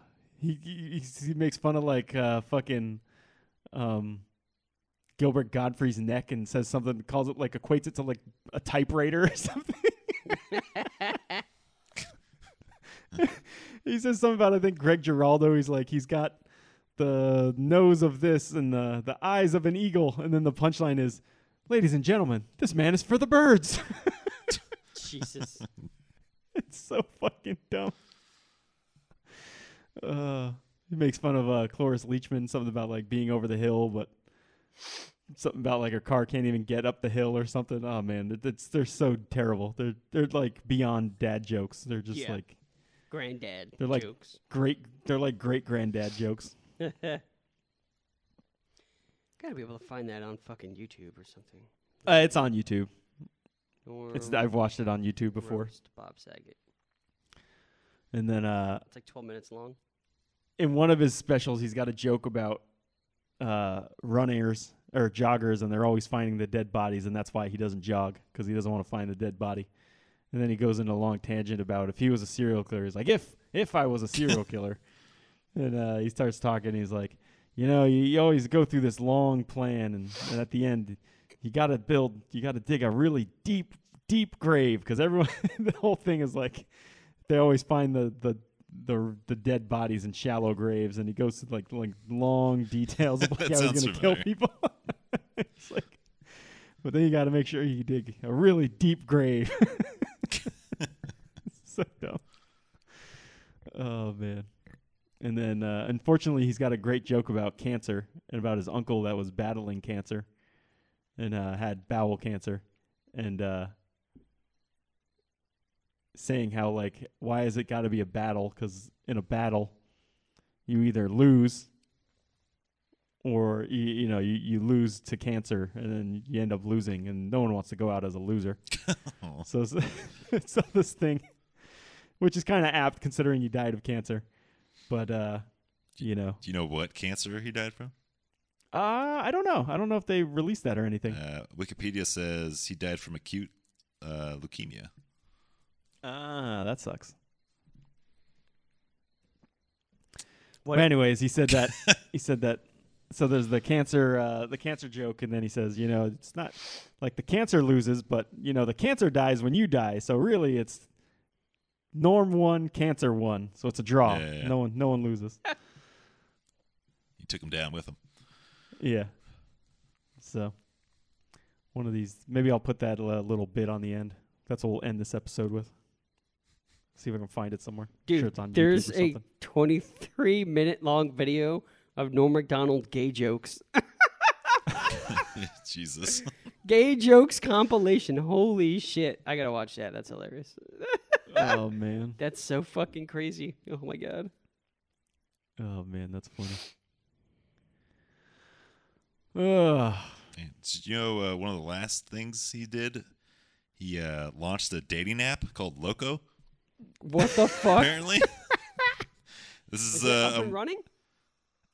Speaker 3: he he, he's- he makes fun of like uh fucking um Gilbert Godfrey's neck and says something calls it like equates it to like a typewriter or something. he says something about I think Greg Giraldo. He's like he's got the nose of this and the the eyes of an eagle, and then the punchline is, "Ladies and gentlemen, this man is for the birds."
Speaker 4: Jesus.
Speaker 3: It's so fucking dumb. Uh, he makes fun of uh, Cloris Leachman, something about like being over the hill, but something about like her car can't even get up the hill or something. Oh man, it- it's they're so terrible. They're they're like beyond dad jokes. They're just
Speaker 4: Yeah.
Speaker 3: like
Speaker 4: Granddad
Speaker 3: They're like-
Speaker 4: jokes.
Speaker 3: great. They're like great granddad jokes.
Speaker 4: Gotta be able to find that on fucking YouTube or something.
Speaker 3: Uh, it's on YouTube.
Speaker 4: Or
Speaker 3: It's I've watched it on YouTube before.
Speaker 4: roast Bob Saget.
Speaker 3: And then uh,
Speaker 4: It's like 12 minutes long.
Speaker 3: in one of his specials, he's got a joke about uh, runners or joggers, and they're always finding the dead bodies, and that's why he doesn't jog because he doesn't want to find the dead body. And then he goes into a long tangent about if he was a serial killer. He's like, if if I was a serial killer, and uh, he starts talking. He's like, you know, you, you always go through this long plan, and, and at the end, you got to build, you got to dig a really deep, deep grave because everyone, the whole thing is like, they always find the the the the dead bodies in shallow graves, and he goes to like like long details of like
Speaker 2: That
Speaker 3: how he's
Speaker 2: sounds
Speaker 3: gonna
Speaker 2: familiar.
Speaker 3: kill people. it's like, but then you got to make sure you dig a really deep grave. so dumb. Oh man. And then, uh, unfortunately, he's got a great joke about cancer and about his uncle that was battling cancer and uh, had bowel cancer, and uh, saying how like why has it got to be a battle? Because in a battle, you either lose or you, you know you, you lose to cancer, and then you end up losing, and no one wants to go out as a loser.
Speaker 2: Aw.
Speaker 3: So, so, so this thing, which is kind of apt considering he died of cancer, but uh, you know,
Speaker 2: Do you know what cancer he died from?
Speaker 3: uh, I don't know. I don't know if they released that or anything.
Speaker 2: Uh, Wikipedia says he died from acute uh, leukemia.
Speaker 3: Ah, that sucks.
Speaker 4: What-
Speaker 3: But anyways, he said that he said that. So there's the cancer, uh, the cancer joke, and then he says, you know, it's not like the cancer loses, but you know, the cancer dies when you die. So really, it's norm one, cancer one. So it's a draw.
Speaker 2: Yeah, yeah, yeah.
Speaker 3: No one, no one loses.
Speaker 2: He took him down with him.
Speaker 3: Yeah. So one of these, maybe I'll put that uh, little bit on the end. That's what we'll end this episode with. See if I can find it somewhere.
Speaker 4: Dude,
Speaker 3: sure it's on YouTube
Speaker 4: there's
Speaker 3: or
Speaker 4: a
Speaker 3: something.
Speaker 4: 23 minute long video of Norm MacDonald gay jokes.
Speaker 2: Jesus.
Speaker 4: gay jokes compilation. Holy shit. I gotta watch that. That's hilarious.
Speaker 3: oh man,
Speaker 4: That's so fucking crazy. Oh my god.
Speaker 3: oh man, that's funny. Ugh.
Speaker 2: And did you know, uh, one of the last things he did, he uh, launched a dating app called Loco.
Speaker 4: What the fuck?
Speaker 2: Apparently, this is,
Speaker 4: Is it
Speaker 2: uh,
Speaker 4: up and
Speaker 2: um,
Speaker 4: running?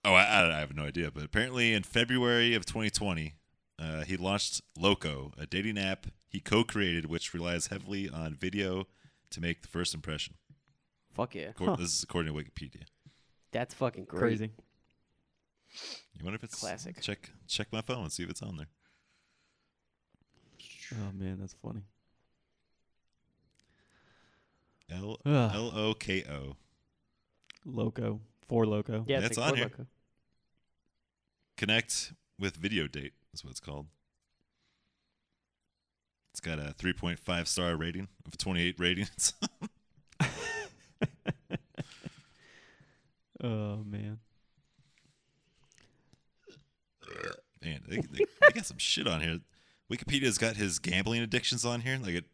Speaker 2: oh, I, I, don't- I have no idea, but apparently in February of 2020, uh, he launched Loco, a dating app he co-created, which relies heavily on video to make the first impression.
Speaker 4: Fuck yeah.
Speaker 2: Accor- This is according to Wikipedia.
Speaker 4: That's fucking great.
Speaker 3: crazy.
Speaker 2: You wonder if it's
Speaker 4: Classic.
Speaker 2: Check check my phone and see if it's on there.
Speaker 3: Oh man, that's funny.
Speaker 2: L
Speaker 3: Ugh.
Speaker 2: L O K O.
Speaker 3: Loco, four loco.
Speaker 2: Yeah,
Speaker 4: Yeah, it's
Speaker 2: it's
Speaker 4: like,
Speaker 2: on
Speaker 4: we're
Speaker 2: here.
Speaker 4: loco.
Speaker 2: Connect with video date is what it's called. It's got a 3.5 star rating of 28 ratings.
Speaker 3: Oh man.
Speaker 2: Man, they, they, they got some shit on here. Wikipedia's got his gambling addictions on here. Like it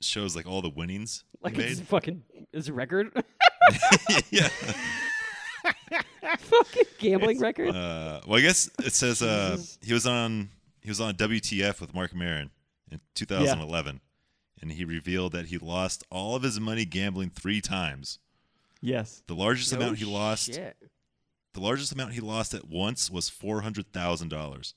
Speaker 2: shows like all the winnings he
Speaker 4: Like it's
Speaker 2: made.
Speaker 4: fucking is a record.
Speaker 2: yeah,
Speaker 4: fucking gambling record.
Speaker 2: Uh, well, I guess it says uh, he was on he was on WTF with Mark Maron in 2011, and he revealed that he lost all of his money gambling three times.
Speaker 3: Yes.
Speaker 2: The largest
Speaker 4: No
Speaker 2: amount he lost,
Speaker 4: Oh, shit.
Speaker 2: the largest amount he lost at once was four hundred thousand dollars.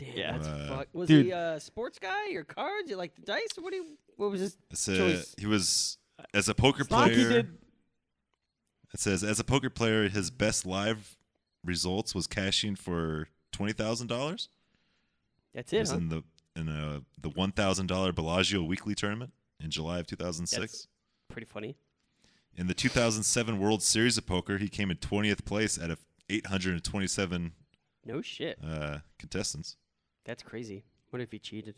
Speaker 4: Damn,
Speaker 3: Yeah.
Speaker 4: that's
Speaker 2: Uh,
Speaker 4: fuck. Was
Speaker 3: dude.
Speaker 4: he a sports guy or cards? You like the dice? What do you, What was his
Speaker 2: It said
Speaker 4: choice?
Speaker 2: he was as a poker
Speaker 3: Like
Speaker 2: player.
Speaker 3: he did.
Speaker 2: It says as a poker player, his best live results was cashing for twenty thousand dollars.
Speaker 4: That's
Speaker 2: It
Speaker 4: it.
Speaker 2: was
Speaker 4: Huh?
Speaker 2: in the in uh the one thousand dollar Bellagio weekly tournament in July of two thousand six.
Speaker 4: That's pretty funny.
Speaker 2: In the two thousand seven World Series of Poker, he came in twentieth place out of eight hundred and twenty seven
Speaker 4: No shit.
Speaker 2: uh, contestants.
Speaker 4: That's crazy. What if he cheated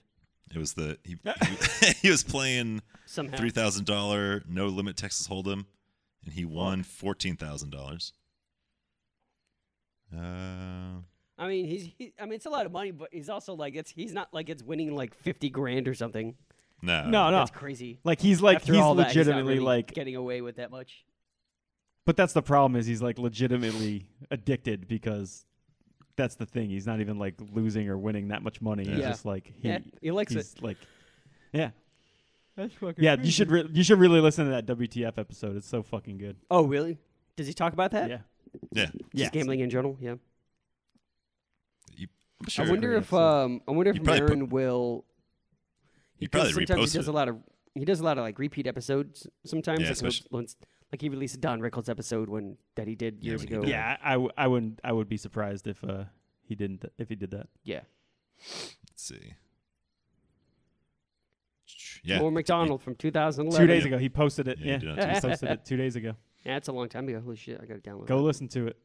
Speaker 2: It was the he he, he was playing
Speaker 4: somehow?
Speaker 2: three thousand dollar no limit Texas Hold'em, and he won fourteen thousand dollars. Uh,
Speaker 4: I mean, he's. He, I mean, it's a lot of money, but he's also like it's. He's not like it's winning like fifty grand or something.
Speaker 2: no,
Speaker 3: No, no.
Speaker 4: Uh, That's crazy.
Speaker 3: Like he's like
Speaker 4: After
Speaker 3: he's
Speaker 4: all that, he's not
Speaker 3: legitimately
Speaker 4: really
Speaker 3: like
Speaker 4: getting away with that much.
Speaker 3: But that's the problem is he's like legitimately addicted because that's the thing. He's not even like losing or winning that much money. He's
Speaker 4: Yeah.
Speaker 3: just like he,
Speaker 4: Yeah, he likes
Speaker 3: he's like Yeah.
Speaker 4: That's fucking.
Speaker 3: Yeah, you should re- you should really listen to that WTF episode. It's so fucking good.
Speaker 4: Oh really? Does he talk about that?
Speaker 3: Yeah.
Speaker 2: yeah.
Speaker 3: Yeah.
Speaker 4: Just gambling in general. Yeah.
Speaker 2: You, I'm sure.
Speaker 4: I wonder if
Speaker 3: episode.
Speaker 4: um I wonder
Speaker 2: You
Speaker 4: if
Speaker 2: probably
Speaker 4: Marin will. He
Speaker 2: you probably
Speaker 4: sometimes
Speaker 2: reposted
Speaker 4: he does
Speaker 2: it.
Speaker 4: a lot of he does a lot of like repeat episodes sometimes.
Speaker 2: Yeah,
Speaker 4: like, when-
Speaker 2: especially-
Speaker 4: once- like he released a Don Rickles episode when that he did
Speaker 2: Yeah,
Speaker 4: years
Speaker 2: when he
Speaker 4: ago.
Speaker 2: did that.
Speaker 3: Yeah, I, I, w- I wouldn't I would be surprised if uh he didn't th- if he did that.
Speaker 4: yeah.
Speaker 2: Let's see. Yeah.
Speaker 4: Or McDonald from 2011.
Speaker 3: Two days ago he posted it.
Speaker 2: Yeah, he
Speaker 3: Yeah.
Speaker 2: did on
Speaker 3: he
Speaker 4: Tuesday.
Speaker 3: posted it 2 days ago.
Speaker 4: Yeah, it's a long time ago. Holy shit, I gotta download.
Speaker 3: Go
Speaker 4: that.
Speaker 3: listen to it.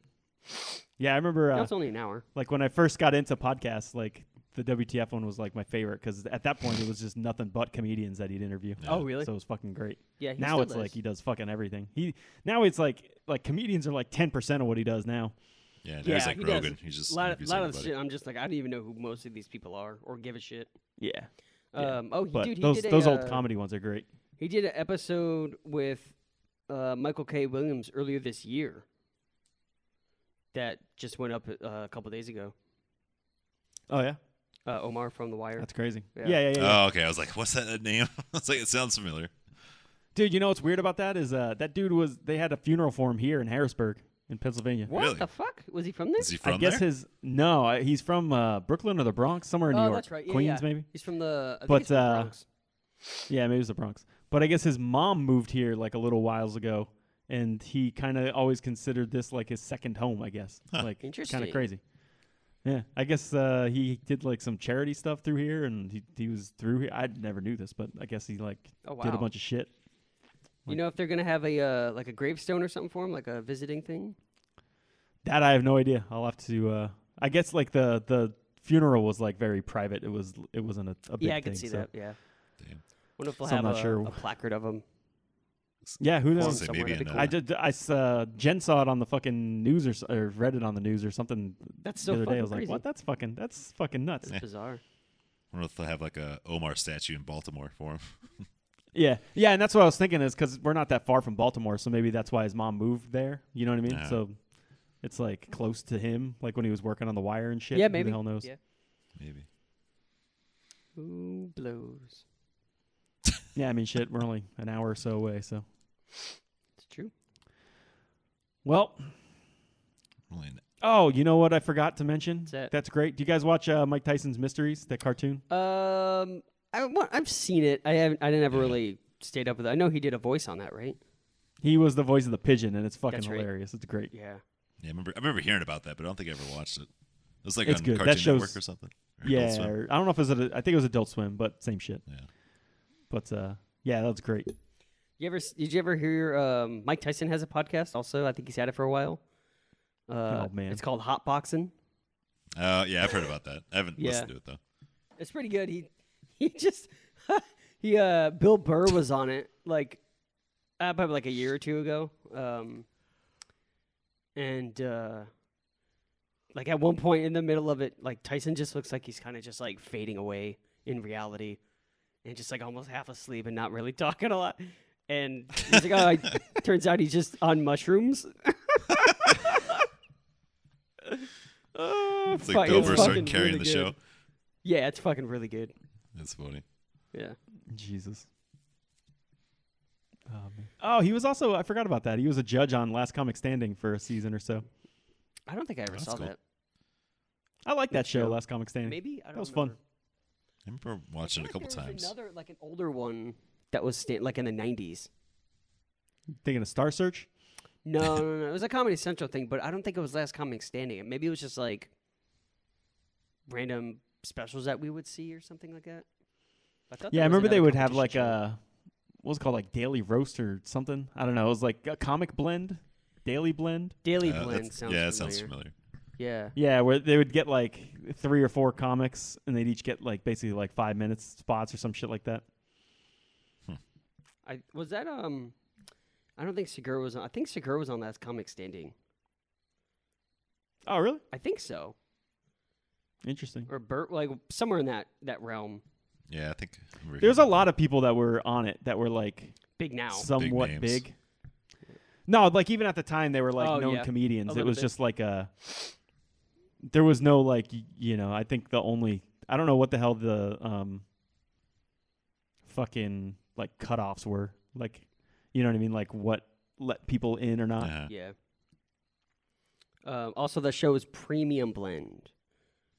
Speaker 3: Yeah, I remember uh,
Speaker 4: That's only an hour.
Speaker 3: like when I first got into podcasts, like the WTF one was like my favorite because at that point it was just nothing but comedians that he'd interview.
Speaker 4: Oh, really?
Speaker 3: So it was fucking great.
Speaker 4: Yeah, he
Speaker 3: now
Speaker 4: still
Speaker 3: it's
Speaker 4: does.
Speaker 3: like he does fucking everything. He now it's like like comedians are like ten percent of what he does now.
Speaker 2: Yeah, there's like
Speaker 4: he does.
Speaker 2: Rogan. He's just
Speaker 4: a lot, of,
Speaker 2: interviews
Speaker 4: lot of the
Speaker 2: everybody.
Speaker 4: shit. I'm just like I don't even know who most of these people are or give a shit.
Speaker 3: Yeah, Yeah.
Speaker 4: Um, oh, he,
Speaker 3: but
Speaker 4: dude, he
Speaker 3: those
Speaker 4: did
Speaker 3: those
Speaker 4: a,
Speaker 3: old
Speaker 4: uh,
Speaker 3: comedy ones are great.
Speaker 4: He did an episode with uh, Michael K. Williams earlier this year. That just went up uh, a couple days ago.
Speaker 3: Oh yeah,
Speaker 4: Uh, Omar from The Wire.
Speaker 3: that's crazy.
Speaker 4: Yeah.
Speaker 3: Yeah, yeah, yeah. yeah.
Speaker 2: Oh, okay. I was like, what's that name? I was like, it sounds familiar.
Speaker 3: Dude, you know what's weird about that is uh, that dude was they had a funeral for him here in Harrisburg in Pennsylvania.
Speaker 4: what
Speaker 2: really?
Speaker 4: the fuck was he from this?
Speaker 2: Is he
Speaker 3: I
Speaker 2: from
Speaker 3: guess
Speaker 2: there?
Speaker 3: his no, I- he's from uh, Brooklyn or the Bronx, somewhere in
Speaker 4: oh,
Speaker 3: New York,
Speaker 4: that's right. Yeah,
Speaker 3: Queens
Speaker 4: yeah.
Speaker 3: maybe.
Speaker 4: He's from the. I think
Speaker 3: But,
Speaker 4: it's the
Speaker 3: uh,
Speaker 4: Bronx.
Speaker 3: Yeah, maybe it was the Bronx. But I guess his mom moved here like a little whiles ago, and he kind of always considered this like his second home. I guess like kind
Speaker 4: Interesting.
Speaker 3: of crazy. Yeah, I guess uh, he did like some charity stuff through here, and he he was through here. I never knew this, but I guess he like
Speaker 4: Oh,
Speaker 3: did a
Speaker 4: wow.
Speaker 3: bunch of shit.
Speaker 4: you know if they're gonna have a uh, like a gravestone or something for him, like a visiting thing.
Speaker 3: That I have no idea. I'll have to. Uh, I guess like the the funeral was like very private. It was it wasn't a, a big
Speaker 4: yeah, I
Speaker 3: thing,
Speaker 4: can see
Speaker 3: so-
Speaker 4: that. Yeah.
Speaker 2: Damn.
Speaker 4: Wonder if they'll
Speaker 3: So I'm
Speaker 4: have
Speaker 3: not
Speaker 4: a,
Speaker 3: sure.
Speaker 4: a placard of him.
Speaker 3: Yeah, who
Speaker 2: I was gonna
Speaker 3: knows?
Speaker 2: say
Speaker 4: somewhere,
Speaker 2: maybe
Speaker 4: that'd
Speaker 2: in,
Speaker 4: be
Speaker 2: uh,
Speaker 4: cool.
Speaker 3: I did. I s- uh, Jen saw it on the fucking news or, s- or read it on the news or something.
Speaker 4: That's so
Speaker 3: the other day. I
Speaker 4: fucking
Speaker 3: was like,
Speaker 4: crazy.
Speaker 3: "What? That's fucking. That's fucking nuts."
Speaker 4: That's bizarre.
Speaker 2: wonder if they'll have like a Omar statue in Baltimore for him.
Speaker 3: Yeah, yeah, and that's what I was thinking is because we're not that far from Baltimore, so maybe that's why his mom moved there. You know what I mean?
Speaker 2: Yeah.
Speaker 3: So it's like close to him, like when he was working on the wire and shit.
Speaker 4: yeah,
Speaker 3: Who
Speaker 4: maybe.
Speaker 3: the hell knows?
Speaker 4: Yeah.
Speaker 2: Maybe.
Speaker 4: Who blows?
Speaker 3: Yeah, I mean, shit, we're only an hour or so away. So,
Speaker 4: It's true.
Speaker 3: well,
Speaker 2: Really n-
Speaker 3: oh, you know what? I forgot to mention.
Speaker 4: What's that?
Speaker 3: That's great. Do you guys watch uh, Mike Tyson's Mysteries, that cartoon?
Speaker 4: Um, I wa- I've seen it. I haven't. I didn't ever really stayed up with. it. I know he did a voice on that, right?
Speaker 3: He was the voice of the pigeon, and it's fucking
Speaker 4: That's right.
Speaker 3: hilarious. It's great.
Speaker 4: Yeah.
Speaker 2: Yeah, I remember. I remember hearing about that, but I don't think I ever watched it. It was like
Speaker 3: It's
Speaker 2: on
Speaker 3: good. That
Speaker 2: Cartoon Network
Speaker 3: shows-
Speaker 2: or something. Or Adult
Speaker 3: Yeah,
Speaker 2: Swim.
Speaker 3: or- I don't know if it was. A, I think it was Adult Swim, but same shit.
Speaker 2: Yeah.
Speaker 3: But uh, yeah, that's great.
Speaker 4: You ever? s- Did you ever hear? Um, Mike Tyson has a podcast. Also, I think he's had it for a while. Uh,
Speaker 3: Oh, man.
Speaker 4: it's called Hot Boxing.
Speaker 2: Uh, yeah, I've heard about that. I haven't
Speaker 4: Yeah.
Speaker 2: listened to it though.
Speaker 4: It's pretty good. He he just he uh Bill Burr was on it like uh, probably like a year or two ago. Um and uh like at one point in the middle of it, like Tyson just looks like he's kind of just like fading away in reality and just like almost half asleep and not really talking a lot. And he's like, oh, I, turns out he's just on mushrooms. Uh,
Speaker 2: It's like Dover started carrying the show.
Speaker 4: Yeah, it's fucking really good.
Speaker 2: That's funny.
Speaker 4: Yeah.
Speaker 3: Jesus. Oh, man. oh, he was also, I forgot about that. He was a judge on Last Comic Standing for a season or so.
Speaker 4: I don't think I ever
Speaker 2: That's
Speaker 4: saw
Speaker 2: cool.
Speaker 4: that.
Speaker 3: I like that show,
Speaker 4: show.
Speaker 3: Last Comic Standing.
Speaker 4: Maybe I don't
Speaker 3: That was
Speaker 4: remember.
Speaker 3: fun.
Speaker 2: I remember watching it a
Speaker 4: I feel
Speaker 2: couple
Speaker 4: like there was
Speaker 2: times.
Speaker 4: Another like an older one that was sta- like in the nineties.
Speaker 3: Thinking of Star Search?
Speaker 4: No, no, no, no. It was a Comedy Central thing, but I don't think it was Last Comic Standing. Maybe it was just like random specials that we would see or something like that. I thought
Speaker 3: Yeah,
Speaker 4: there
Speaker 3: I
Speaker 4: was
Speaker 3: remember they
Speaker 4: another
Speaker 3: would have like
Speaker 4: competition show.
Speaker 3: a what was it called like Daily Roast or something. I don't know. It was like a comic blend, Daily Blend.
Speaker 4: Daily
Speaker 2: Uh,
Speaker 4: Blend.
Speaker 2: that's-
Speaker 4: Sounds
Speaker 2: yeah,
Speaker 4: familiar.
Speaker 2: that sounds familiar.
Speaker 4: Yeah,
Speaker 3: Yeah, where they would get like three or four comics, and they'd each get like basically like five minutes spots or some shit like that.
Speaker 4: I was that. Um, I don't think Segura was on. I think Segura was on Last Comic Standing.
Speaker 3: Oh, really?
Speaker 4: I think so.
Speaker 3: Interesting.
Speaker 4: Or Bert, like somewhere in that that realm.
Speaker 2: Yeah, I think I remember
Speaker 3: There's a
Speaker 2: hearing
Speaker 3: lot of people that were on it that were like
Speaker 4: Big now.
Speaker 3: somewhat
Speaker 2: names.
Speaker 3: big. No, like even at the time they were like
Speaker 4: Oh,
Speaker 3: known
Speaker 4: yeah. A
Speaker 3: comedians. It
Speaker 4: little
Speaker 3: was
Speaker 4: bit.
Speaker 3: just like a there was no like y- you know, I think the only I don't know what the hell the um fucking like cutoffs were. Like you know what I mean? Like what let people in or
Speaker 2: that.
Speaker 3: not.
Speaker 2: Uh-huh.
Speaker 4: Yeah. Um, also, the show is Premium Blend.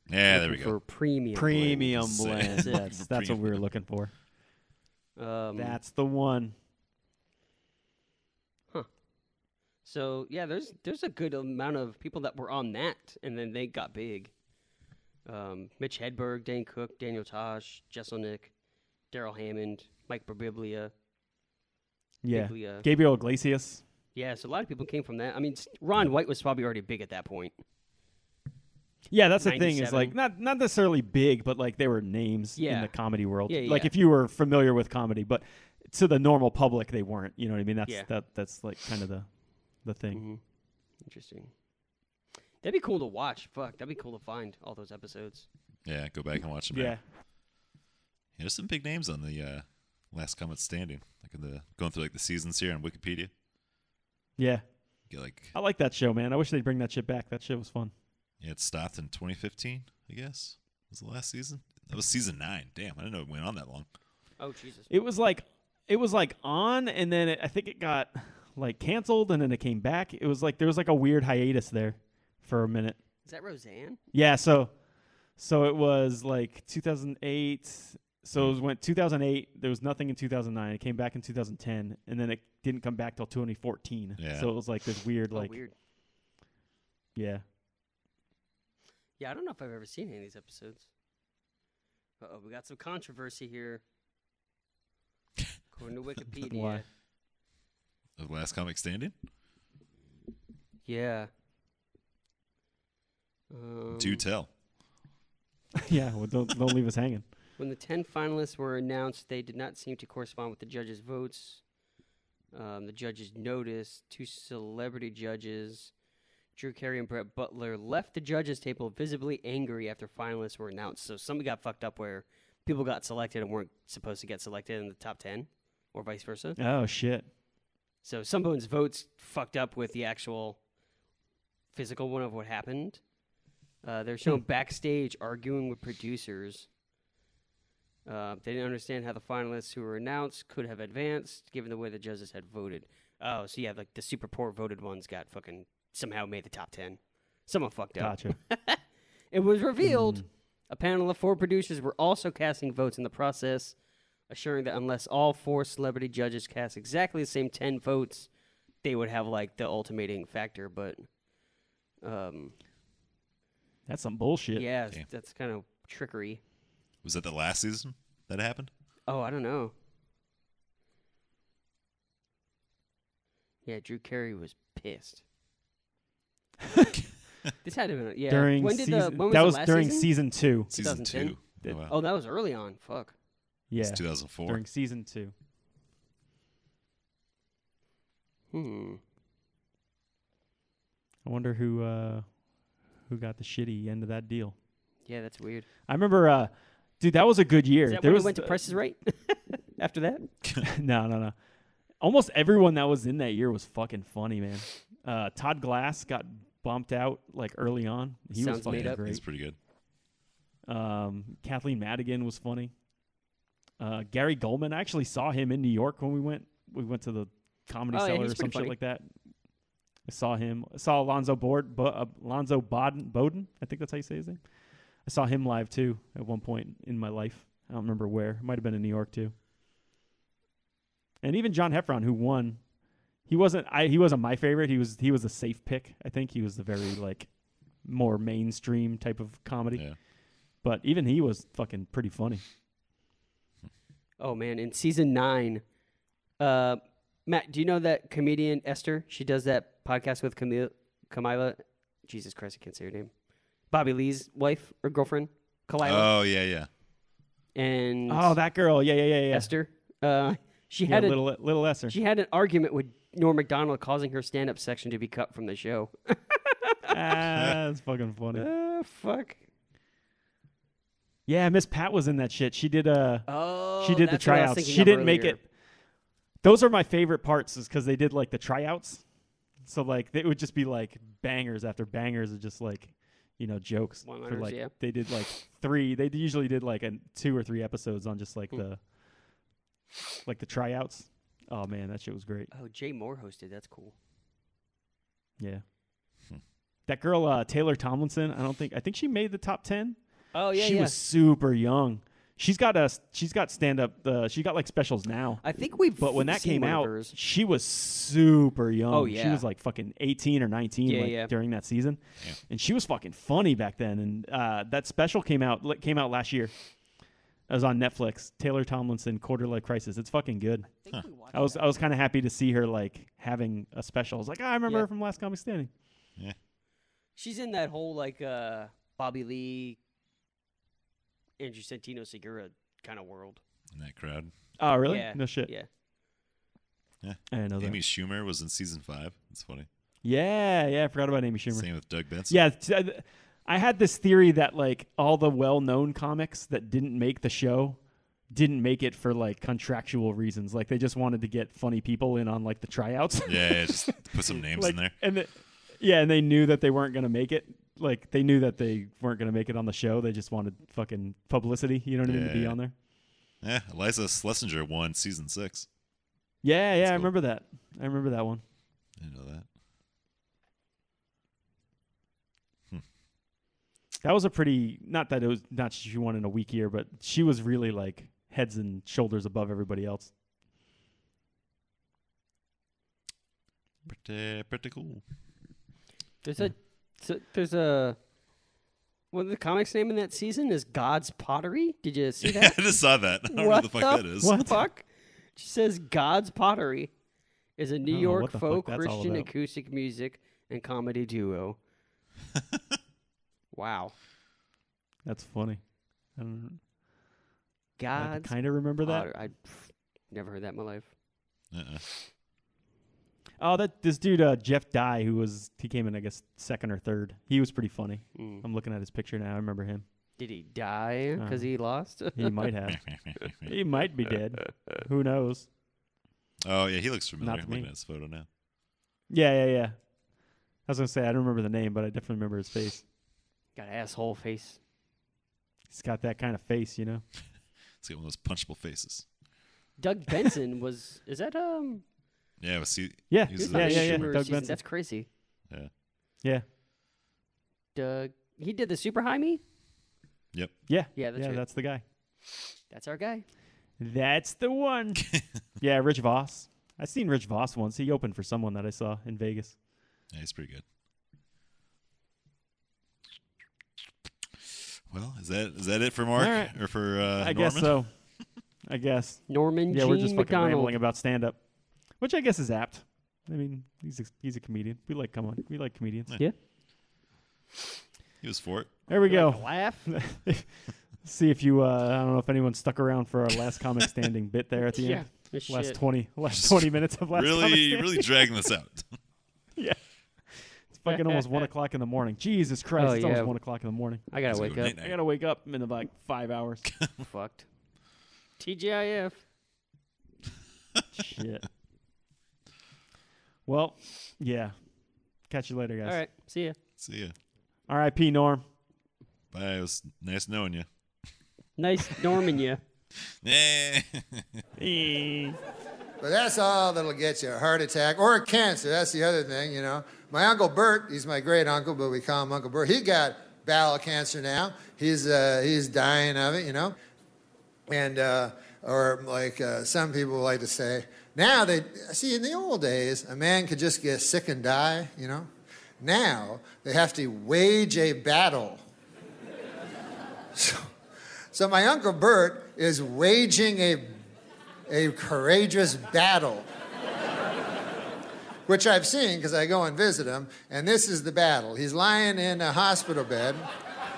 Speaker 2: Yeah, there we
Speaker 4: Looking
Speaker 2: go.
Speaker 4: For Premium. Blend.
Speaker 3: Premium
Speaker 2: Blend.
Speaker 3: blend.
Speaker 2: That's it.
Speaker 3: Yes, that's what we were looking for.
Speaker 4: Um,
Speaker 3: That's the one.
Speaker 4: so yeah. There's there's a good amount of people that were on that, and then they got big. Um, Mitch Hedberg, Dane Cook, Daniel Tosh, Jesselnick, Daryl Hammond, Mike Birbiglia.
Speaker 3: Yeah.
Speaker 4: Biglia.
Speaker 3: Gabriel Iglesias.
Speaker 4: Yeah, so a lot of people came from that. I mean, s- Ron White was probably already big at that point.
Speaker 3: Yeah, that's the thing is
Speaker 4: 97.
Speaker 3: like not not necessarily big, but like they were names in
Speaker 4: Yeah.
Speaker 3: the comedy world.
Speaker 4: Yeah, yeah,
Speaker 3: Like
Speaker 4: yeah.
Speaker 3: if you were familiar with comedy, but to the normal public they weren't. You know what I mean? That's
Speaker 4: Yeah.
Speaker 3: that that's like kind of the the thing.
Speaker 4: hmm Interesting. That'd be cool to watch. Fuck, that'd be cool to find all those episodes.
Speaker 2: Yeah, go back and watch them.
Speaker 3: Yeah.
Speaker 2: Yeah, there's some big names on the uh, last comment standing. Like in the going through like the seasons here on Wikipedia.
Speaker 3: Yeah.
Speaker 2: Get like
Speaker 3: I like that show, man. I wish they'd bring that shit back. That shit was fun.
Speaker 2: yeah, it stopped in 2015, I guess. Was the last season? That was season nine. Damn, I didn't know it went on that long.
Speaker 4: Oh Jesus.
Speaker 3: It was like it was like on and then it, I think it got like canceled and then it came back. It was like there was like a weird hiatus there for a minute.
Speaker 4: Is that Roseanne?
Speaker 3: Yeah, so so it was like 2008. So it was went 2008. There was nothing in 2009. It came back in 2010, and then it didn't come back till 2014.
Speaker 2: Yeah.
Speaker 3: So it was like this weird, like
Speaker 4: oh, weird.
Speaker 3: yeah,
Speaker 4: Yeah, I don't know if I've ever seen any of these episodes. Uh oh, we got some controversy here. According to Wikipedia.
Speaker 3: Why?
Speaker 2: The last comic standing
Speaker 4: Yeah. Um,
Speaker 2: do tell
Speaker 3: yeah. Well, don't don't leave us hanging.
Speaker 4: When the 10 finalists were announced, they did not seem to correspond with the judges' votes. Um, the judges noticed two celebrity judges, Drew Carey and Brett Butler, left the judges' table visibly angry after finalists were announced. So something got fucked up where people got selected and weren't supposed to get selected in the top 10 or vice versa.
Speaker 3: Oh shit.
Speaker 4: So someone's votes fucked up with the actual physical one of what happened. Uh, they're shown backstage arguing with producers. Uh, they didn't understand how the finalists who were announced could have advanced, given the way the judges had voted. Oh, so yeah, like the super poor voted ones got fucking somehow made the top ten. Someone fucked up.
Speaker 3: Gotcha.
Speaker 4: It was
Speaker 3: Mm-hmm.
Speaker 4: revealed a panel of four producers were also casting votes in the process, assuring that unless all four celebrity judges cast exactly the same 10 votes, they would have like the ultimating factor. But um,
Speaker 3: That's some bullshit.
Speaker 4: yeah,
Speaker 2: Damn.
Speaker 4: that's kind of trickery.
Speaker 2: was that the last season that happened?
Speaker 4: Oh, I don't know. Yeah, Drew Carey was pissed. this had to have been yeah.
Speaker 3: During
Speaker 4: when did the
Speaker 3: season,
Speaker 4: when was
Speaker 3: that
Speaker 4: the
Speaker 3: was
Speaker 4: last
Speaker 3: during
Speaker 4: season?
Speaker 3: season two.
Speaker 2: Season
Speaker 4: 2010?
Speaker 2: two. Oh, wow.
Speaker 4: Oh, that was early on. Fuck.
Speaker 3: Yeah.
Speaker 2: It's 2004.
Speaker 3: During season two.
Speaker 4: Hmm.
Speaker 3: I wonder who uh who got the shitty end of that deal.
Speaker 4: Yeah, that's weird.
Speaker 3: I remember, uh dude, that was a good year.
Speaker 4: Is that
Speaker 3: there
Speaker 4: when
Speaker 3: was
Speaker 4: he went to
Speaker 3: the-
Speaker 4: prices right? After that,
Speaker 3: no, no, no. Almost everyone that was in that year was fucking funny, man. Uh, Todd Glass got bumped out like early on. He was
Speaker 4: Sounds
Speaker 3: fucking
Speaker 4: made up.
Speaker 3: great.
Speaker 2: He's pretty good.
Speaker 3: Um, Kathleen Madigan was funny. Uh, Gary Goldman, I actually saw him in New York when we went. We went to the Comedy
Speaker 4: Oh, yeah,
Speaker 3: Cellar
Speaker 4: he's
Speaker 3: or some
Speaker 4: pretty funny.
Speaker 3: shit like that. I saw him. I saw Alonzo Board, Bo, uh, Alonzo Boden, Bowden. I think that's how you say his name. I saw him live too at one point in my life. I don't remember where. It might have been in New York too. And even John Heffron, who won, he wasn't. I he wasn't my favorite. He was he was a safe pick. I think he was the very like more mainstream type of comedy.
Speaker 2: Yeah.
Speaker 3: But even he was fucking pretty funny.
Speaker 4: Oh man, in season nine, uh, Matt, do you know that comedian Esther? She does that podcast with Camille, Camila. Jesus Christ, I can't say her name. Bobby Lee's wife or girlfriend, Kalila,
Speaker 2: Oh yeah, yeah.
Speaker 4: and
Speaker 3: Oh, that girl. Yeah, yeah, yeah, yeah.
Speaker 4: Esther. Uh, she
Speaker 3: Yeah,
Speaker 4: had a,
Speaker 3: little little Esther.
Speaker 4: she had an argument with Norm Macdonald, causing her stand-up section to be cut from the show.
Speaker 3: ah, that's fucking funny.
Speaker 4: Ah, fuck.
Speaker 3: Yeah, Miss Pat was in that shit. She did uh
Speaker 4: Oh,
Speaker 3: she did the
Speaker 4: that's what I was
Speaker 3: tryouts.
Speaker 4: thinking
Speaker 3: She
Speaker 4: of
Speaker 3: didn't make
Speaker 4: earlier.
Speaker 3: it. Those are my favorite parts is cuz they did like the tryouts. So like it would just be like bangers after bangers of just like you know jokes for,
Speaker 4: One-liners,
Speaker 3: like
Speaker 4: yeah.
Speaker 3: they did like three they usually did like a two or three episodes on just
Speaker 4: Hmm.
Speaker 3: like the like the tryouts. Oh man, that shit was great.
Speaker 4: Oh, Jay Moore hosted. That's cool.
Speaker 3: Yeah. That girl uh, Taylor Tomlinson, I don't think I think she made the top 10.
Speaker 4: Oh yeah,
Speaker 3: she
Speaker 4: yeah.
Speaker 3: was super young. She's got a she's got stand up uh, she got like specials now.
Speaker 4: I think we've.
Speaker 3: But when that
Speaker 4: seen
Speaker 3: came
Speaker 4: one of
Speaker 3: out,
Speaker 4: hers.
Speaker 3: she was super young.
Speaker 4: Oh,
Speaker 3: She
Speaker 4: yeah.
Speaker 3: was like fucking 18 or 19
Speaker 4: Yeah,
Speaker 3: like,
Speaker 4: yeah.
Speaker 3: during that season. And she was fucking funny back then and uh, that special came out li- came out last year. It was on Netflix. Taylor Tomlinson Quarter Life Crisis. It's fucking good.
Speaker 4: I think we watched
Speaker 3: I was I was kind of happy to see her like having a special. I was like, "Ah, I remember
Speaker 4: Yeah.
Speaker 3: her from Last Comic Standing.
Speaker 4: She's in that whole like uh Bobby Lee, Andrew Santino Segura kind of world.
Speaker 2: In that crowd.
Speaker 3: Oh, really?
Speaker 4: Yeah.
Speaker 3: No shit.
Speaker 4: Yeah.
Speaker 3: I didn't know that.
Speaker 2: Amy Schumer was in season five. It's funny.
Speaker 3: Yeah, yeah. I forgot about Amy Schumer.
Speaker 2: Same with Doug Benson.
Speaker 3: Yeah, t- uh, th- I had this theory that like all the well-known comics that didn't make the show didn't make it for like contractual reasons. Like they just wanted to get funny people in on like the tryouts.
Speaker 2: Yeah, yeah, just put some names
Speaker 3: Like,
Speaker 2: in there.
Speaker 3: And the, yeah, and they knew that they weren't gonna make it. Like they knew that they weren't gonna make it on the show. They just wanted fucking publicity. You know what I mean? To be
Speaker 2: Yeah.
Speaker 3: on there.
Speaker 2: Yeah, Eliza Schlesinger won season six.
Speaker 3: Yeah, yeah.
Speaker 2: That's
Speaker 3: I
Speaker 2: cool.
Speaker 3: remember that. I remember that one.
Speaker 2: I didn't know that.
Speaker 3: That was a pretty not that it was not she won in a weak year, but she was really like heads and shoulders above everybody else.
Speaker 2: Pretty, pretty cool.
Speaker 4: There's
Speaker 3: Hmm.
Speaker 4: a so there's a well the comic's name in that season is God's Pottery. Did you see
Speaker 2: Yeah,
Speaker 4: that?
Speaker 2: I just saw that. I don't know what
Speaker 4: what
Speaker 2: the fuck that is.
Speaker 3: What?
Speaker 4: fuck? She says God's Pottery is a New
Speaker 3: know
Speaker 4: York
Speaker 3: what the fuck
Speaker 4: folk
Speaker 3: that's all
Speaker 4: Christian
Speaker 3: about.
Speaker 4: acoustic music and comedy duo. wow.
Speaker 3: That's funny. I don't I
Speaker 4: God's
Speaker 3: kind of remember that.
Speaker 4: Potter- I pff, never heard that in my life.
Speaker 2: Uh-uh.
Speaker 3: Oh, that this dude uh, Jeff Dye, who was he came in I guess second or third. He was pretty funny.
Speaker 4: Mm.
Speaker 3: I'm looking at his picture now. I remember him.
Speaker 4: Did he die because
Speaker 3: Uh,
Speaker 4: he lost?
Speaker 3: He might have. he might be dead. Who knows?
Speaker 2: oh yeah, he looks familiar.
Speaker 3: to
Speaker 2: I'm looking
Speaker 3: me.
Speaker 2: at his photo now.
Speaker 3: Yeah, yeah, yeah. I was gonna say I don't remember the name, but I definitely remember his face.
Speaker 4: Got an asshole face.
Speaker 3: He's got that kind of face, you know.
Speaker 2: He's got one of those punchable faces.
Speaker 4: Doug Benson was is that um
Speaker 2: Yeah, well, see,
Speaker 3: Yeah,
Speaker 2: He's
Speaker 4: who's
Speaker 2: the
Speaker 3: yeah,
Speaker 4: Amy
Speaker 3: yeah, yeah.
Speaker 4: Schumer's
Speaker 3: Doug
Speaker 4: season?
Speaker 3: Benson.
Speaker 4: That's crazy.
Speaker 2: yeah,
Speaker 3: yeah,
Speaker 4: Doug he did the Super High Me?
Speaker 2: yep.
Speaker 3: yeah,
Speaker 4: Yeah, that's
Speaker 3: yeah.
Speaker 4: right.
Speaker 3: That's the guy.
Speaker 4: That's our guy.
Speaker 3: That's the one. yeah, Rich Voss. I seen Rich Voss once. He opened for someone that I saw in Vegas.
Speaker 2: Yeah, he's pretty good. Well, is that is that it for Mark
Speaker 3: All right.
Speaker 2: or for uh,
Speaker 3: I
Speaker 2: Norman?
Speaker 3: guess so. I guess.
Speaker 4: Norman
Speaker 3: Yeah,
Speaker 4: Jean
Speaker 3: we're just fucking
Speaker 4: McDonald.
Speaker 3: rambling about stand up, which I guess is apt. I mean, he's a, he's a comedian. We like come on, we like comedians.
Speaker 4: yeah.
Speaker 2: He was for it.
Speaker 3: There we
Speaker 4: You like
Speaker 3: go.
Speaker 4: to laugh.
Speaker 3: See if you. Uh, I don't know if anyone stuck around for our last comic standing bit there at the
Speaker 4: yeah.
Speaker 3: end.
Speaker 4: Shit.
Speaker 3: Last twenty, last twenty minutes of last comic
Speaker 2: really,
Speaker 3: standing.
Speaker 2: really dragging this out.
Speaker 3: yeah. It's fucking almost one o'clock in the morning. Jesus Christ,
Speaker 4: Oh,
Speaker 3: it's almost
Speaker 4: yeah.
Speaker 3: one o'clock in the morning.
Speaker 4: I gotta
Speaker 2: Let's
Speaker 4: wake
Speaker 2: go
Speaker 4: up.
Speaker 2: night-night.
Speaker 3: I gotta wake up in about like five hours.
Speaker 4: Fucked. TGIF.
Speaker 3: Shit. Well, yeah. Catch you later, guys.
Speaker 4: All right. See ya.
Speaker 2: See ya.
Speaker 3: R.I.P. Norm.
Speaker 2: Bye. It was nice knowing you.
Speaker 4: Nice Norman, you.
Speaker 2: Yeah.
Speaker 1: But that's all that'll get you a heart attack or a cancer. That's the other thing, you know. My Uncle Bert, he's my great uncle, but we call him Uncle Bert. He got bowel cancer now. He's, uh, he's dying of it, you know. And, uh, or like uh, some people like to say, now they, see, in the old days, a man could just get sick and die, you know. Now they have to wage a battle. so, so my Uncle Bert is waging a a courageous battle, which I've seen because I go and visit him. And this is the battle. He's lying in a hospital bed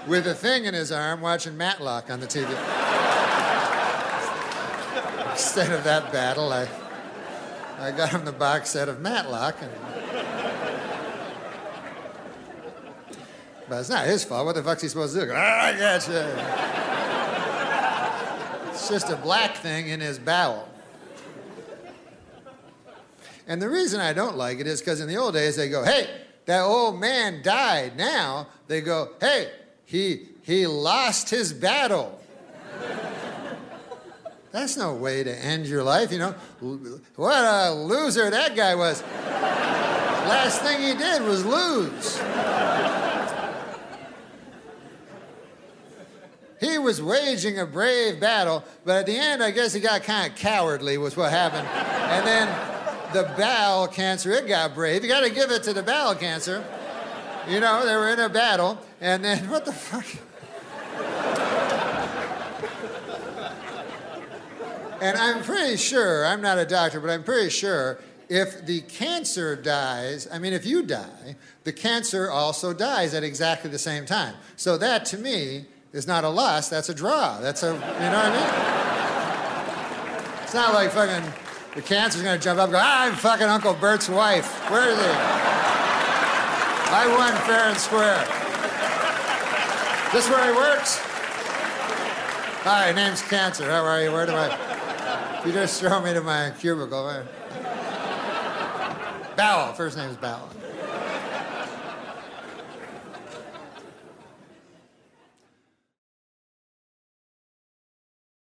Speaker 1: with a thing in his arm watching Matlock on the TV. Instead of that battle, I, I got him the box set of Matlock. And, but it's not his fault. What the fuck's he supposed to do? Go, "Ah, I got you. It's just a black thing in his bowel. And the reason I don't like it is because in the old days they go, hey, that old man died. Now they go, hey, he he lost his battle. That's no way to end your life, you know. L- What a loser that guy was. Last thing he did was lose. He was waging a brave battle, but at the end, I guess he got kind of cowardly, was what happened. And then the bowel cancer, it got brave. You got to give it to the bowel cancer. You know, they were in a battle, and then what the fuck? And I'm pretty sure, I'm not a doctor, but I'm pretty sure if the cancer dies, I mean, if you die, the cancer also dies at exactly the same time. So that to me is not a loss, that's a draw. That's a, you know what I mean? It's not like fucking the cancer's gonna jump up and go, "Ah, I'm fucking Uncle Bert's wife. Where is he? I won fair and square. This where he works? Hi, name's Cancer. How are you? Where do I? If you just throw me to my cubicle. Where? eh? Bowel. First name's Bowel.